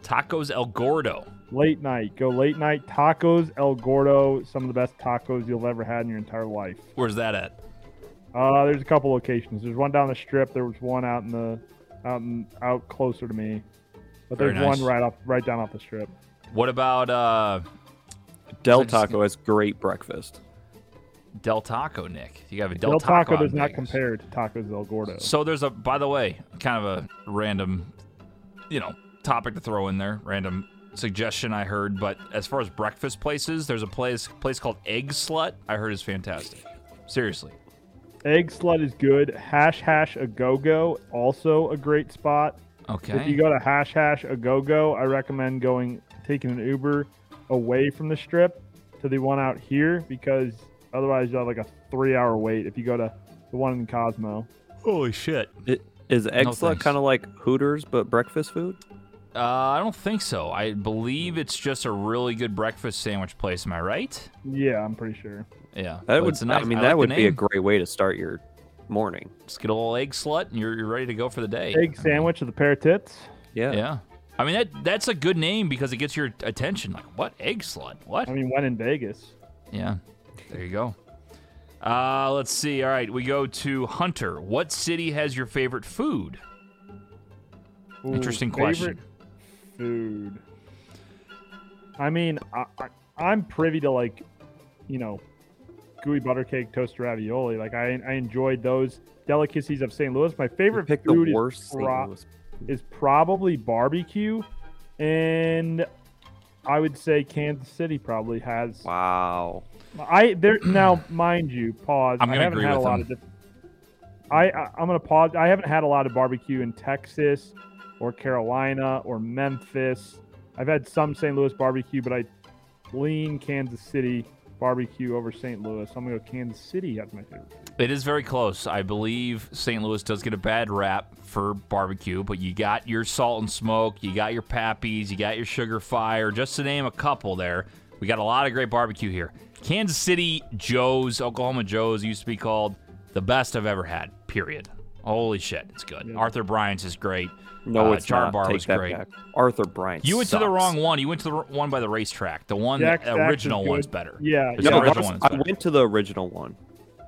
Tacos El Gordo.
Late night. Go late night tacos El Gordo. Some of the best tacos you'll ever had in your entire life.
Where's that at?
Uh, there's a couple locations. There's one down the strip. There was one out in the out in, out closer to me. But
Very
there's
nice.
one right off right down off the strip.
What about uh,
Del
I just-
Taco has great breakfast.
Del Taco, Nick? You have a Del,
Del, Taco,
out in
does not
Vegas.
compare to Tacos El Gordo.
So there's a, by the way, kind of a random, you know, topic to throw in there, random suggestion I heard. But as far as breakfast places, there's a place place called Egg Slut. I heard is fantastic. Seriously,
Egg Slut is good. Hash Hash A Go Go also a great spot. If you
okay.
go to Hash Hash A Go Go, I recommend going taking an Uber away from the strip to the one out here because otherwise you'll have like a three hour wait if you go to the one in Cosmo.
Holy shit!
It, is Eggplant
thanks.
kind of like Hooters but breakfast food?
Uh, I don't think so. I believe it's just a really good breakfast sandwich place. Am I right?
Yeah, I'm pretty sure.
Yeah.
That
But
would.
it's a nice-
I mean,
I like
that
the
would be a
name.
great way to start your morning.
Just get a little egg slut, and you're, you're ready to go for the day.
Egg sandwich with a pair of tits.
Yeah.
Yeah. I mean that that's a good name because it gets your attention. Like what egg slut? What?
I mean, when in Vegas.
Yeah. There you go. Uh, let's see. All right, we go to Hunter. What city has your favorite food?
Ooh,
Interesting
favorite
question.
Food. I mean, I, I, I'm privy to like, you know, gooey butter cake, toaster ravioli. Like I, I enjoyed those delicacies of St. Louis. My favorite
Pick the
food is
worst. St.
pro-
Louis.
is probably barbecue, and I would say Kansas City probably has.
Wow.
I there now, mind you, pause.
I'm
I
gonna
haven't
agree
had
with
a lot
him.
of. Diff- I, I I'm gonna pause. I haven't had a lot of barbecue in Texas, or Carolina, or Memphis. I've had some St. Louis barbecue, but I lean Kansas City barbecue over St. Louis. I'm gonna go Kansas City as my favorite. food.
It is very close. I believe St. Louis does get a bad rap for barbecue, but you got your salt and smoke, you got your pappies, you got your sugar fire, just to name a couple there. We got a lot of great barbecue here. Kansas City Joe's, Oklahoma Joe's used to be called the best I've ever had, period. Holy shit, it's good. Arthur Bryant's is great.
No,
Uh,
it's not.
Char Bar
Take
was
that
great.
back. Arthur Bryant.
You went to the
sucks.
wrong one. You went to the r- one by the racetrack. The one,
Jack
the
Stacks is
original one's
good.
better.
Yeah,
It's
Yeah,
the
but
original
ours-
one's
I
better.
went to the original one.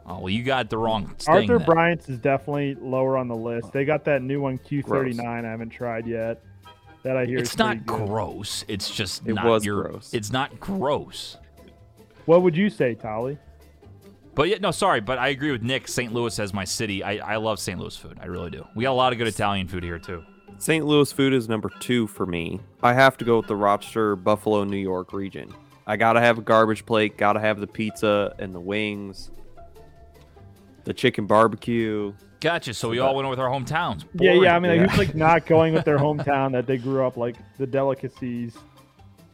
Oh well, you got the wrong thing.
Arthur
then.
Bryant's is definitely lower on the list. They got that new one Q39 I haven't tried yet. That I hear
It's
is
not
pretty good.
gross. It's just
It
not
was
your-
gross.
It's not gross.
What would you say, Tolly?
But yeah, no, sorry, but I agree with Nick. St. Louis as my city. I, I love St. Louis food. I really do. We got a lot of good Italian food here too.
St. Louis food is number two for me. I have to go with the Rochester, Buffalo, New York region. I gotta have a garbage plate. Gotta have the pizza and the wings, the chicken barbecue.
Gotcha. So we all went with our hometowns.
Yeah,
Boring.
yeah. I mean, like,
Yeah.
who's like not going with their hometown that they grew up like the delicacies?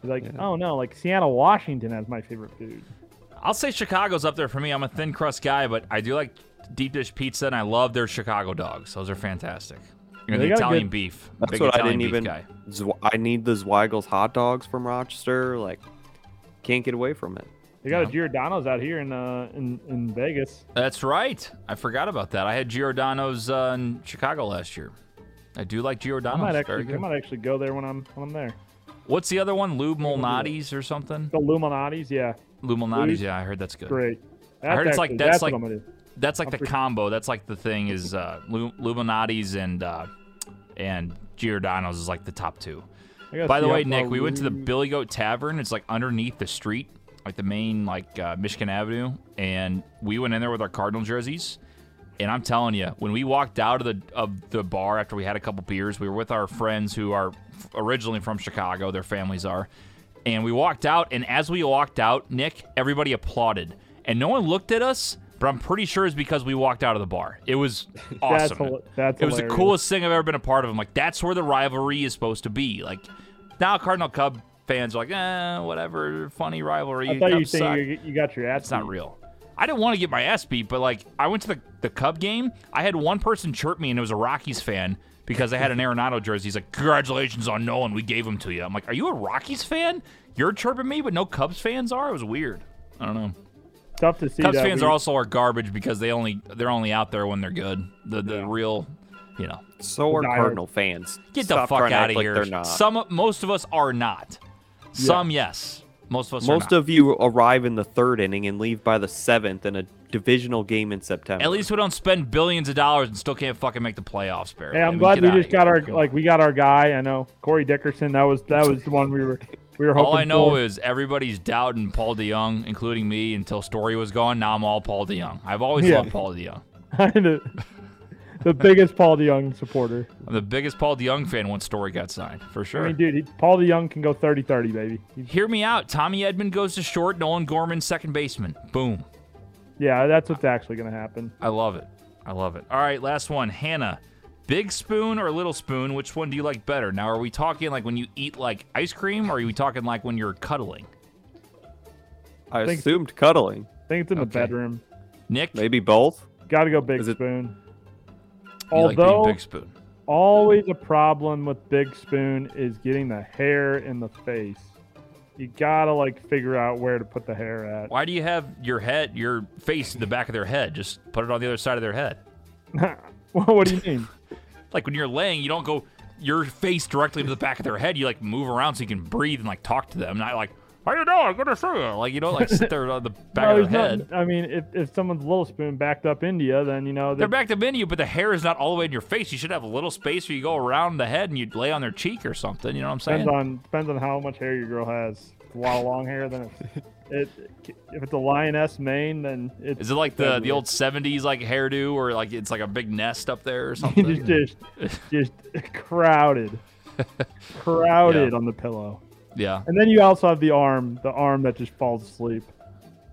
Like, oh no, like Seattle, Washington has my favorite food.
I'll say Chicago's up there for me. I'm a thin crust guy, but I do like deep dish pizza, and I love their Chicago dogs. Those are fantastic. And the
They got a
Italian
good-
beef.
That's
Big
what I
Italian
didn't
beef
even.
Guy.
Zw- I need the Zweigel's hot dogs from Rochester. Like, can't get away from it.
They got a Giordano's out here in uh in, in Vegas.
That's right. I forgot about that. I had Giordano's uh, in Chicago last year. I do like
I might
Giordano's. Oh, Very
actually, I
good.
might actually go there when I'm when I'm there.
What's the other one? Lou Malnati's or something?
The Illuminati's, yeah,
Lou Malnati's. Yeah, I heard that's good.
great. That's
I heard it's like-
actually-
that's
what
like-
I'm gonna do.
That's like the
pretty-
combo. That's like the thing is uh, Lu- Luminati's and uh, and Giordano's is like the top two.
I gotta
By the
see how
way,
far
Nick, we went to the
Lou-
Billy Goat Tavern. It's like underneath the street, like the main like uh, Michigan Avenue, and we went in there with our Cardinal jerseys. And I'm telling you, when we walked out of the of the bar after we had a couple beers, we were with our friends who are f- originally from Chicago. Their families are, and we walked out. And as we walked out, Nick, everybody applauded, and no one looked at us. but I'm pretty sure it's because we walked out of the bar. It was awesome.
hila- that's
it was
hilarious.
the coolest thing I've ever been a part of. I'm like, that's where the rivalry is supposed to be. Like, now Cardinal Cub fans are like, eh, whatever, funny rivalry.
I thought you
Cubs
said
suck."
you, you got your ass.
It's not
beat.
real. I didn't want to get my ass beat, but like I went to the, the Cub game. I had one person chirp me, and it was a Rockies fan because I had an Arenado jersey. He's like, "Congratulations on Nolan, we gave him to you." I'm like, "Are you a Rockies fan? You're chirping me, but no Cubs fans are." It was weird. I don't know.
Tough to see.
Cubs
that
fans
we-
are also are garbage because they only they're only out there when they're good. The the real, you know,
So are
Denial.
Cardinal fans.
get the
Stop
fuck
trying to act
out of
like
here.
They're not.
Some most of us are not. Some yes, most of us. are
Most
not.
of you arrive in the third inning and leave by the seventh in a divisional game in September.
At least we don't spend billions of dollars and still can't fucking make the playoffs, barely.
Hey, I'm
I mean,
glad
get
we
outta
just
here.
got our like we got our guy. I know Corey Dickerson. That was that was the one we were we were hoping.
All I know
for.
is everybody's doubting Paul DeYoung, including me, until Story was gone. Now I'm all Paul DeYoung. I've always
Yeah.
loved Paul DeYoung.
the, the biggest Paul DeYoung supporter.
I'm the biggest Paul DeYoung fan once Story got signed, for sure.
I mean, dude, he, Paul DeYoung can go 30-30, baby. He-
Hear me out. Tommy Edmond goes to short. Nolan Gorman, second baseman. Boom.
yeah, that's what's actually going to happen.
I love it. I love it. All right, last one. Hannah, big spoon or little spoon? Which one do you like better? Now, are we talking like when you eat like ice cream, or are we talking like when you're cuddling?
I
think-
assumed cuddling.
I think it's in the
Okay.
bedroom.
Nick, you
Maybe both.
Got to go big
Is it-
spoon.
like being
Although
big spoon.
always a problem with big spoon is getting the hair in the face. You got to like figure out where to put the hair at.
Why do you have your head, your face in the back of their head? Just put it on the other side of their head.
What, what do you mean?
Like when you're laying, you don't go your face directly to the back of their head. You like move around so you can breathe and like talk to them. Not like, how you doing? Good to see you. Like you don't like sit there on the back
No,
of
there's
their
nothing-
head.
I mean, if, if someone's little spoon backed up India, then you know
They're
that-
back to menu, but the hair is not all the way in your face. You should have a little space where you go around the head and you lay on their cheek or something. You know what I'm saying?
depends on depends on how much hair your girl has. If it's a lot of long hair, then it's, it if it's a lioness mane, then it's
is it like the, the
deadly.
old 70s like hairdo or like it's like a big nest up there or something?
just just, just crowded, crowded on the pillow.
yeah.
And then you also have the arm, the arm that just falls asleep.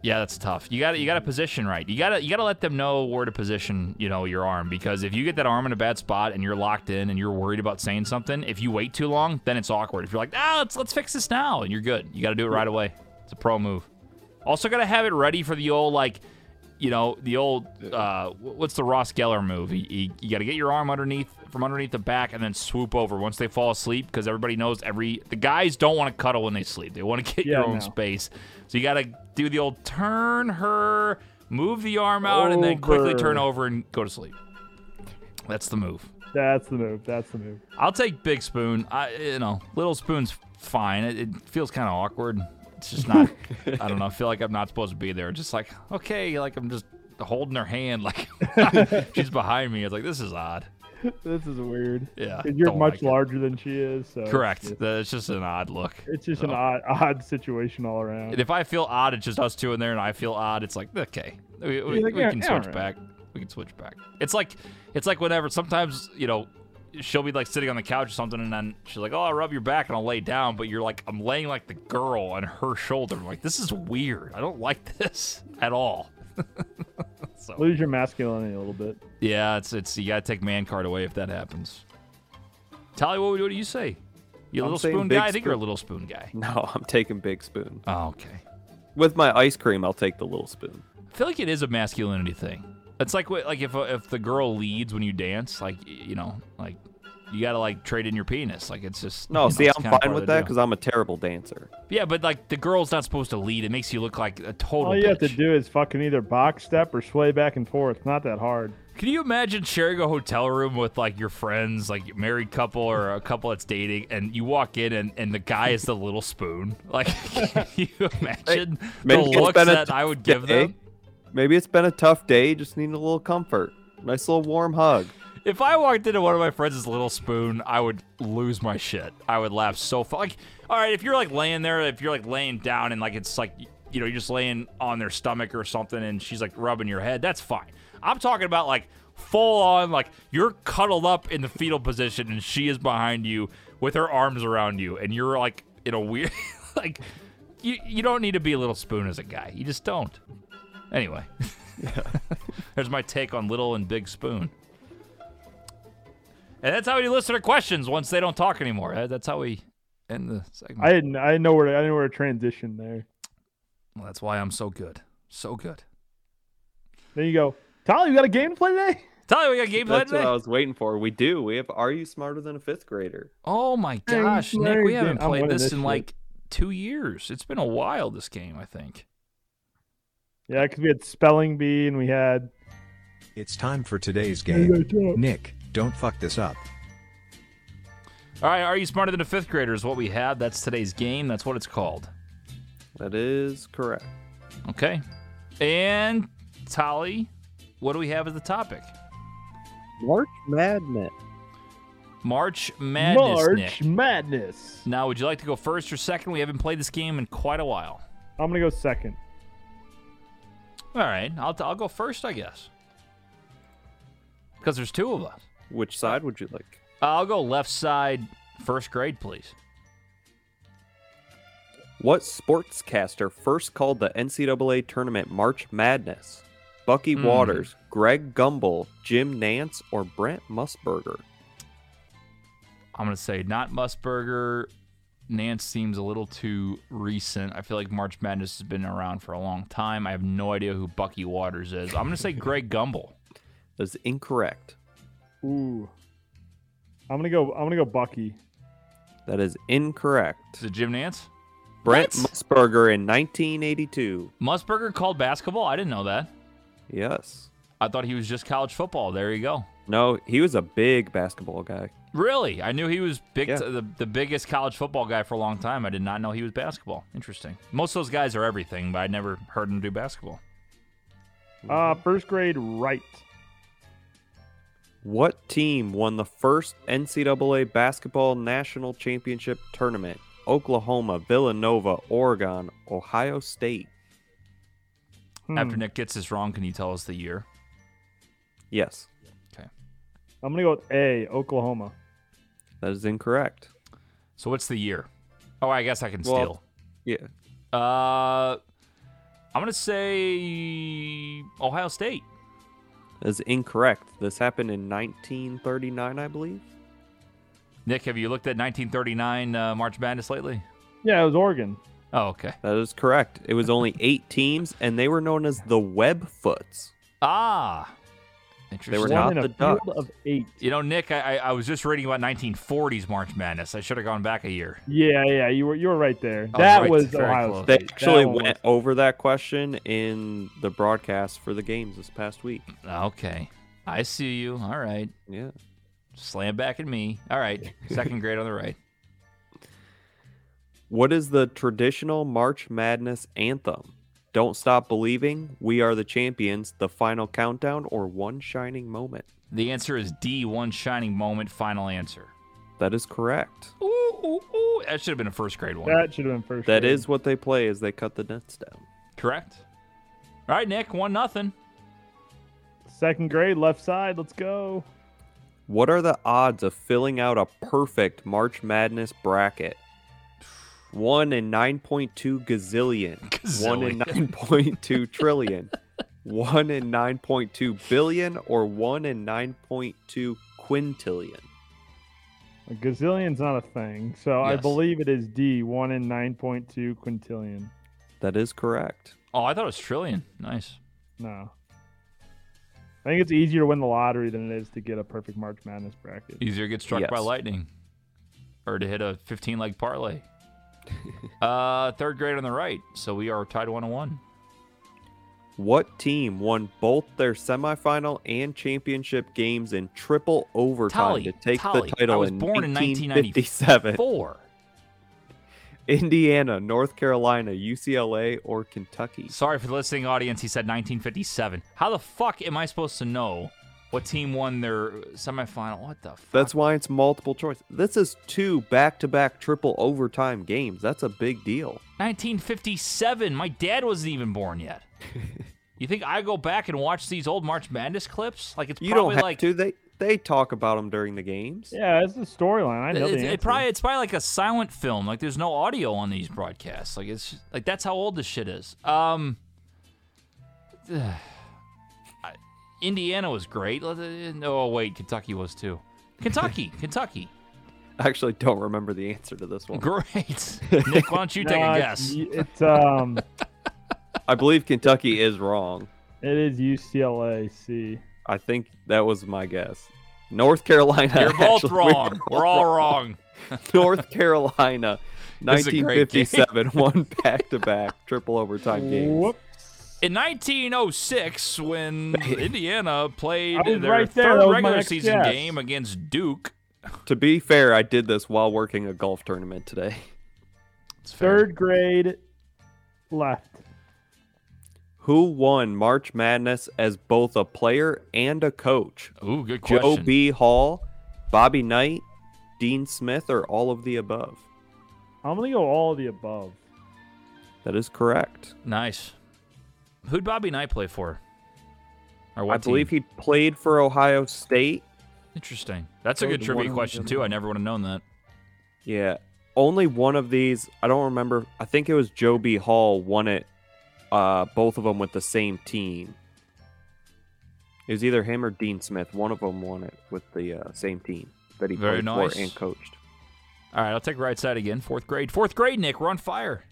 Yeah, that's tough. You got to you got to position right. You got to you got to let them know where to position, you know, your arm because if you get that arm in a bad spot and you're locked in and you're worried about saying something, if you wait too long, then it's awkward. If you're like, "Ah, let's let's fix this now." And you're good. You got to do it right away. It's a pro move. Also got to have it ready for the old like you know, the old uh what's the Ross Geller move? You, you, you got to get your arm underneath from underneath the back and then swoop over once they fall asleep because everybody knows every the guys don't want to cuddle when they sleep. They want to get
Yeah,
your own
no.
space. So you got to do the old turn her, move the arm out, and then quickly turn over and go to sleep. That's the move.
That's the move. That's the move.
I'll take big spoon. I, you know, little spoon's fine. It, it feels kind of awkward. It's just not. I don't know. I feel like I'm not supposed to be there. Just like okay, like I'm just holding her hand. Like she's behind me. It's like this is odd.
This is weird.
Yeah,
'Cause You're
don't
much
like it.
larger than she is. So it's
Correct. Oh.
just-
That- It's just an odd look.
It's just an
So-
odd, odd situation all around.
And if I feel odd, it's just us two in there, and I feel odd. It's like okay, we, we,
like,
we
yeah,
can
yeah,
switch
alright.
back. We can switch back. It's like it's like whenever sometimes you know she'll be like sitting on the couch or something, and then she's like, "Oh, I'll rub your back and I'll lay down," but you're like, "I'm laying like the girl on her shoulder." I'm like, "This is weird. I don't like this at all." so
Lose your masculinity a little bit.
yeah, it's it's you gotta take man card away if that happens. Tally, what, what do you say? You a
I'm
little
saying
spoon
big
guy? I think you're a
spoon.
little spoon guy.
No, I'm taking big spoon.
Oh, okay.
With my ice cream, I'll take the little spoon.
I feel like it is a masculinity thing. It's like what- like if a, if the girl leads when you dance, like y- you know, like you gotta like trade in your penis. Like it's just
No,
you know,
see,
it's
I'm
kinda
fine
part of
with
the
that
deal.
because I'm a terrible dancer.
yeah, but like the girl's not supposed to lead. It makes you look like a total.
All you have to
bitch.
do is fucking either box step or sway back and forth. Not that hard.
Can you imagine sharing a hotel room with like your friends, like your married couple or a couple that's dating, and you walk in and, and the guy is the little spoon? Like, can you imagine the
maybe it's
looks
been a
that I would give
day.
them?
Maybe it's been a tough day, just need a little comfort. Nice little warm hug.
If I walked into one of my friends' little spoon, I would lose my shit. I would laugh so far. Like, all right, if you're like laying there, if you're like laying down and like it's like, you know, you're just laying on their stomach or something and she's like rubbing your head, that's fine. I'm talking about like full on, like you're cuddled up in the fetal position and she is behind you with her arms around you and you're like in a weird, like, you, you don't need to be a little spoon as a guy. You just don't. Anyway. There's my take on Little and Big Spoon. And that's how we listen to questions once they don't talk anymore. That- That's how we end the segment.
I didn't. I didn't know where. To, I didn't know where to transition there.
well, that's why I'm so good. So good.
There you go. Tyler, you got a game to play today?
Tell you, we got game plan
That's uh, what
today.
I was waiting for. We do. We have Are You Smarter Than a Fifth Grader?
Oh my gosh, Nick,
Larry
we haven't
did- I'm
played
winning
this,
this
in
shit.
like two years. It's been a while. This game, I think.
Yeah, because we had spelling bee and we had.
It's time for today's game. Nick, don't fuck this up.
All right, are you smarter than a fifth grader? Is what we have. That's today's game. That's what it's called.
That is correct.
Okay. And Tolly, what do we have as the topic?
March Madness.
March Madness.
March
Nick.
Madness.
Now, would you like to go first or second? We haven't played this game in quite a while.
I'm gonna go second.
All right, I'll, I'll go first, I guess. Because there's two of us.
Which side would you like?
I'll go left side, first grade, please.
What sportscaster first called the NCAA tournament March Madness? Bucky
Hmm.
Waters, Greg Gumbel, Jim Nance, or Brent Musburger?
I'm gonna say not Musburger. Nance seems a little too recent. I feel like March Madness has been around for a long time. I have no idea who Bucky Waters is. I'm gonna say Greg Gumbel.
That is incorrect.
Ooh. I'm gonna go. I'm gonna go Bucky.
That is incorrect.
Is it Jim Nance?
Brent
What?
Musburger in 1982.
Musburger called basketball. I didn't know that.
Yes.
I thought he was just college football. There you go.
No, he was a big basketball guy.
Really, I knew he was big,
Yeah.
the the biggest college football guy for a long time. I did not know he was basketball. Interesting. Most of those guys are everything, but I never heard him do basketball.
Uh, first grade, right?
What team won the first NCAA basketball national championship tournament? Oklahoma, Villanova, Oregon, Ohio State.
Hmm.
After Nick gets this wrong, can you tell us the year?
Yes,
I'm gonna go with A. Oklahoma.
that is incorrect.
So what's the year? Oh, I guess I can
Well,
steal.
Yeah,
Uh, I'm gonna say Ohio State.
that is incorrect. This happened in 1939, I believe.
Nick, have you looked at 1939 uh, March Madness lately?
Yeah, it was Oregon.
Oh, okay.
That is correct. It was only eight teams, and they were known as the Webfoots.
Ah,
They
interesting.
were
One
not
in
the
a field
Ducks.
of eight.
You know, Nick, I, I I was just reading about 1940s March Madness. I should have gone back a year.
Yeah, yeah, you were you were right there.
was
that
right-
was
very
Ohio
close.
They
State. That
actually
one
went
was-
over that question in the broadcast for the games this past week.
Okay, I see you. All right,
Yeah.
slam back at me. All right, second grade on the right.
What is the traditional March Madness anthem? Don't stop believing, we are the champions, the final countdown, or one shining moment.
The answer is D. One shining moment. Final answer.
That is correct.
Ooh, ooh, ooh. That should have been a first grade one.
That should have been first.
That
grade.
is what they play as they cut the nets down.
Correct. All right, Nick, one nothing.
second grade, left side. Let's go.
What are the odds of filling out a perfect March Madness bracket? One in 9.2 gazillion, one in 9.2 trillion, one in 9.2 billion, or one in 9.2 quintillion.
A gazillion's not a thing, so I
Yes.
believe it is D. One in nine point two quintillion.
That is correct.
Oh, I thought it was trillion. Nice.
No. I think it's easier to win the lottery than it is to get a perfect March Madness bracket.
Easier to get struck by
Yes.
lightning, or to hit a 15 leg parlay. uh, third grade on the right, so we are tied one to one.
What team won both their semifinal and championship games in triple overtime
Tolly,
to take
Tolly,
the title
I was born in
1957?
Four.
Indiana, North Carolina, UCLA, or Kentucky?
Sorry for the listening audience. He said 1957. How the fuck am I supposed to know what team won their semifinal? What the fuck?
That's why it's multiple choice. This is two back-to-back triple overtime games. That's a big deal.
1957. My dad wasn't even born yet. you think I go back and watch these old March Madness clips? Like it's
You
probably
don't have
like
to. They they talk about them during the games.
Yeah, it's the storyline. I know
It's-
the
it,
answer.
probably it's probably like a silent film. Like there's no audio on these broadcasts. Like it's like that's how old this shit is. Um, Indiana was great. Let- uh, No, wait, Kentucky was too. Kentucky, Kentucky,
I actually don't remember the answer to this one.
great. Nick, why don't you take
Uh,
a guess?
y- It's um,
I believe Kentucky is wrong.
it is UCLA. C.
I think that was my guess. North Carolina.
You're both
actually-
wrong. We're all wrong.
North Carolina,
This is a great game.
1957, one back to back triple overtime game.
Whoops.
In 1906, when Indiana played
I was
their
right there.
third
That was my
regular
next
season
guess.
game against Duke,
To be fair, I did this while working a golf tournament today.
it's fair.
Third grade left.
Who won March Madness as both a player and a coach?
Ooh, good
Joe
question.
B. Hall, Bobby Knight, Dean Smith, or all of the above?
I'm gonna go all of the above.
That is correct.
Nice. Who'd Bobby Knight play for? Or what
I believe
team?
he played for Ohio State.
Interesting. That's a good
the
trivia
one-
question too. I never would have known that.
Yeah. Only one of these, I don't remember. I think it was Joe B. Hall won it, uh, both of them with the same team. It was either him or Dean Smith. One of them won it with the uh, same team that he
Very
played
nice.
for and coached.
All right, I'll take right side again. Fourth grade. Fourth grade, Nick. We're on fire.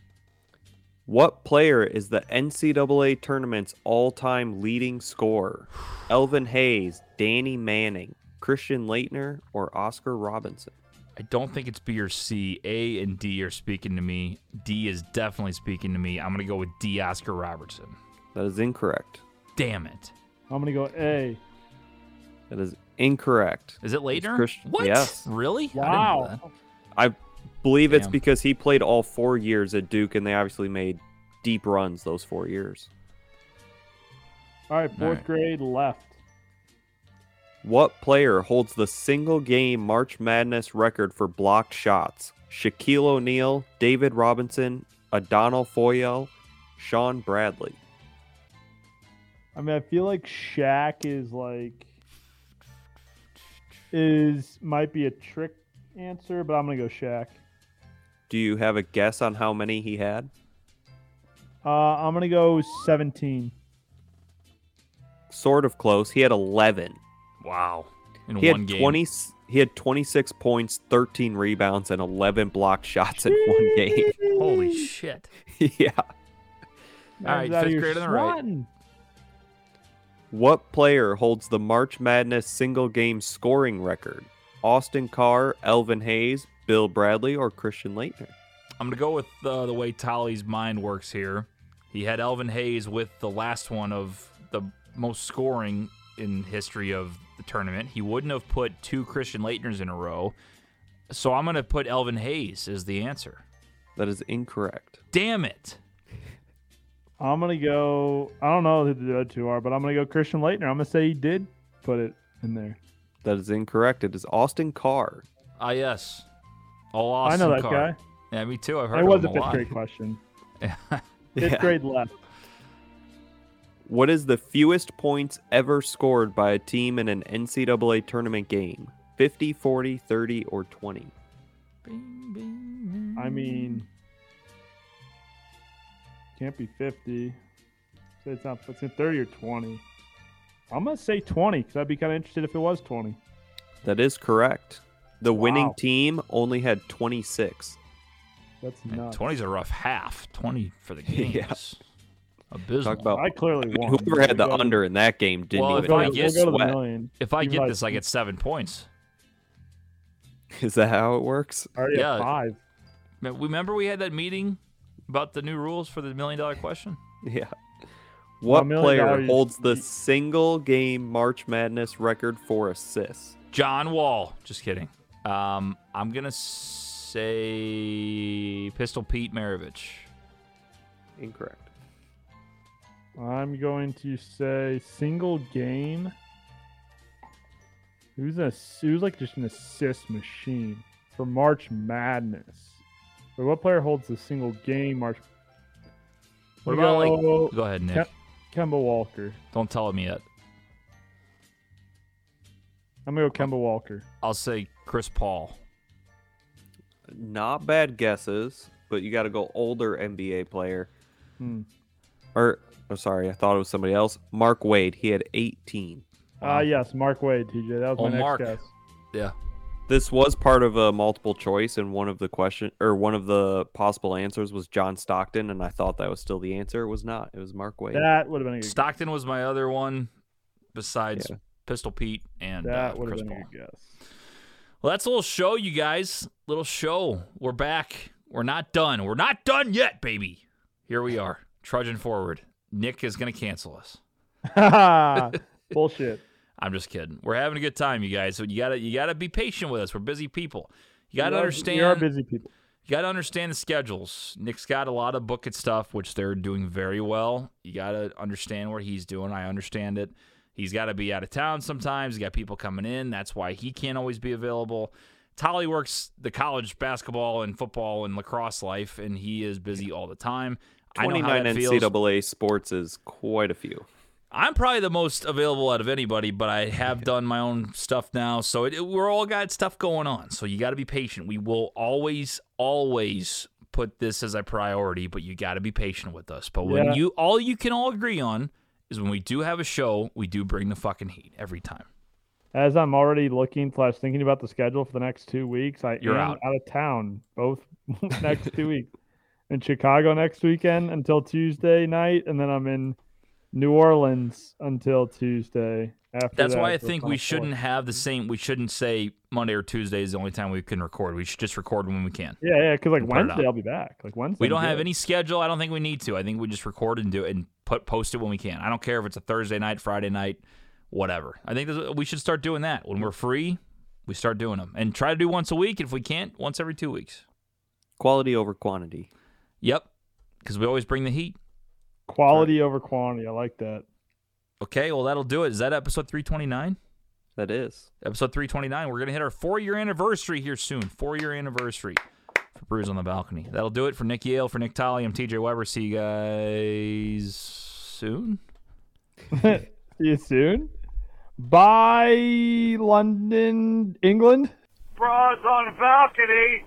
What player is the NCAA tournament's all time leading scorer? Elvin Hayes, Danny Manning, Christian Leitner, or Oscar Robinson?
I don't think it's B or C. A and D are speaking to me. D is definitely speaking to me. I'm gonna go with D. Oscar Robertson.
That is incorrect.
Damn it.
I'm gonna go A.
That is incorrect.
Is it Leitner?
Christian-
What?
yes.
Really? I didn't know that.
Wow.
I believe it's
Damn.
because he played all four years at Duke, and they obviously made deep runs those four years.
All right, fourth
All right.
grade left.
What player holds the single game March Madness record for blocked shots? Shaquille O'Neal, David Robinson, Adonal Foyel, Sean Bradley.
I mean, I feel like Shaq is like is might be a trick answer, but I'm gonna go Shaq.
Do you have a guess on how many he had?
Uh, I'm gonna go 17.
Sort of close. He had 11.
Wow. In
He
one
had
game.
20 he had 26 points, 13 rebounds and 11 blocked shots in one game.
Holy shit.
yeah.
All right,
Man's outta
fifth
here
grade on the right.
swatting.
What player holds the March Madness single game scoring record? Austin Carr, Elvin Hayes, Bill Bradley, or Christian Leitner?
I'm gonna go with uh, the way Tolly's mind works here. He had Elvin Hayes with the last one of the most scoring in history of the tournament. He wouldn't have put two Christian Leitners in a row, so I'm gonna put Elvin Hayes as the answer.
That is incorrect.
Damn it!
I'm gonna go. I don't know who the other two are, but I'm gonna go Christian Leitner. I'm gonna say he did put it in there.
That is incorrect. It is Austin Carr.
Ah yes, all Austin
I know that
Carr.
guy.
Yeah, me too. I've heard
It
of
was
him
a
a
fifth
lot.
grade question. Fifth
Yeah.
grade left.
What is the fewest points ever scored by a team in an NCAA tournament game? 50, 40, 30, or 20?
Bing, bing, bing.
I mean, can't be 50. Say it's not. It's in 30 or 20. I'm gonna say 20 because I'd be kind of interested if it was 20.
That is correct. The winning
Wow.
team only had 26.
That's
Man,
nuts.
20's a rough half. 20 for the games.
Yeah.
Abysmal.
Talk about
I clearly won.
whoever had the
We'll go to-
under in that game didn't
Well, if
even
I
We'll,
make
go-
a
guess
we'll go to the
sweat.
million.
if I
You're
get
right.
this, I get seven points.
Is that how it works?
I already have
Yeah.
five.
Me- Remember we had that meeting about the new rules for the million dollar question?
Yeah. What
million
player
dollars-
holds the single game March Madness record for assists?
John Wall. Just kidding. Um, I'm going to say Pistol Pete Maravich.
Incorrect.
I'm going to say single game. Who's a who's like just an assist machine for March Madness? But what player holds the single game March?
What
We
about
go
like? Go ahead, Nick.
Yep. Kemba Walker?
Don't tell me yet.
I'm gonna go Kemba Walker.
I'll say Chris Paul.
Not bad guesses, but you got to go older NBA player.
Hmm.
Or, oh, sorry, I thought it was somebody else. Mark Wade. He had 18.
Ah, yes, Mark Wade, TJ. That was
Oh,
my next
Mark.
guess.
Yeah.
This was part of a multiple choice, and one of the question or one of the possible answers was John Stockton, and I thought that was still the answer. It was not. It was Mark Wade.
That would have been a good.
Stockton was my other one, besides
Yeah.
Pistol Pete and
That
uh,
would have
Chris
been a
Paul.
good guess.
Well, that's a little show, you guys. Little show. We're back. We're not done. We're not done yet, baby. Here we are, trudging forward. Nick is going to cancel us.
Bullshit.
I'm just kidding. We're having a good time, you guys. So you gotta you gotta be patient with us. We're busy people. You gotta
We are-
understand.
We are busy people.
You gotta understand the schedules. Nick's got a lot of booked stuff, which they're doing very well. You gotta understand what he's doing. I understand it. He's got to be out of town sometimes. He's got people coming in. That's why he can't always be available. Tolly works the college basketball and football and lacrosse life, and he is busy all the time. I know how
29
that feels.
NCAA sports is quite a few.
I'm probably the most available out of anybody, but I have done my own stuff now, so it, it- we're all got stuff going on. So you got to be patient. We will always, always put this as a priority, but you got to be patient with us. But when
Yeah.
you all you can all agree on is when we do have a show, we do bring the fucking heat every time.
As I'm already looking slash thinking about the schedule for the next two weeks, I
You're
am
out.
of town both next two weeks. In Chicago next weekend until Tuesday night, and then I'm in New Orleans until Tuesday. After
That's
that
why I
for
think
Final
we
Four.
shouldn't have the same. We shouldn't say Monday or Tuesday is the only time we can record. We should just record when we can.
Yeah, yeah, because like
We'll put it
Wednesday
out.
I'll be back. Like Wednesday,
We
I'm
don't have
good.
any schedule. I don't think we need to. I think we just record and do it and put post it when we can. I don't care if it's a Thursday night, Friday night, whatever. I think this, we should start doing that when we're free. We start doing them and try to do once a week. If we can't, once every two weeks.
Quality over quantity.
Yep, because we always bring the heat.
quality over quantity. I like that.
Okay, well that'll do it. Is that episode three twenty nine?
That is.
Episode three twenty nine. We're gonna hit our four year anniversary here soon. Four year anniversary for Brews on the Balcony. That'll do it for Nick Yale, for Nick Tolley. I'm TJ Weber. See you guys soon.
See you soon. Bye, London, England.
Bras on balcony.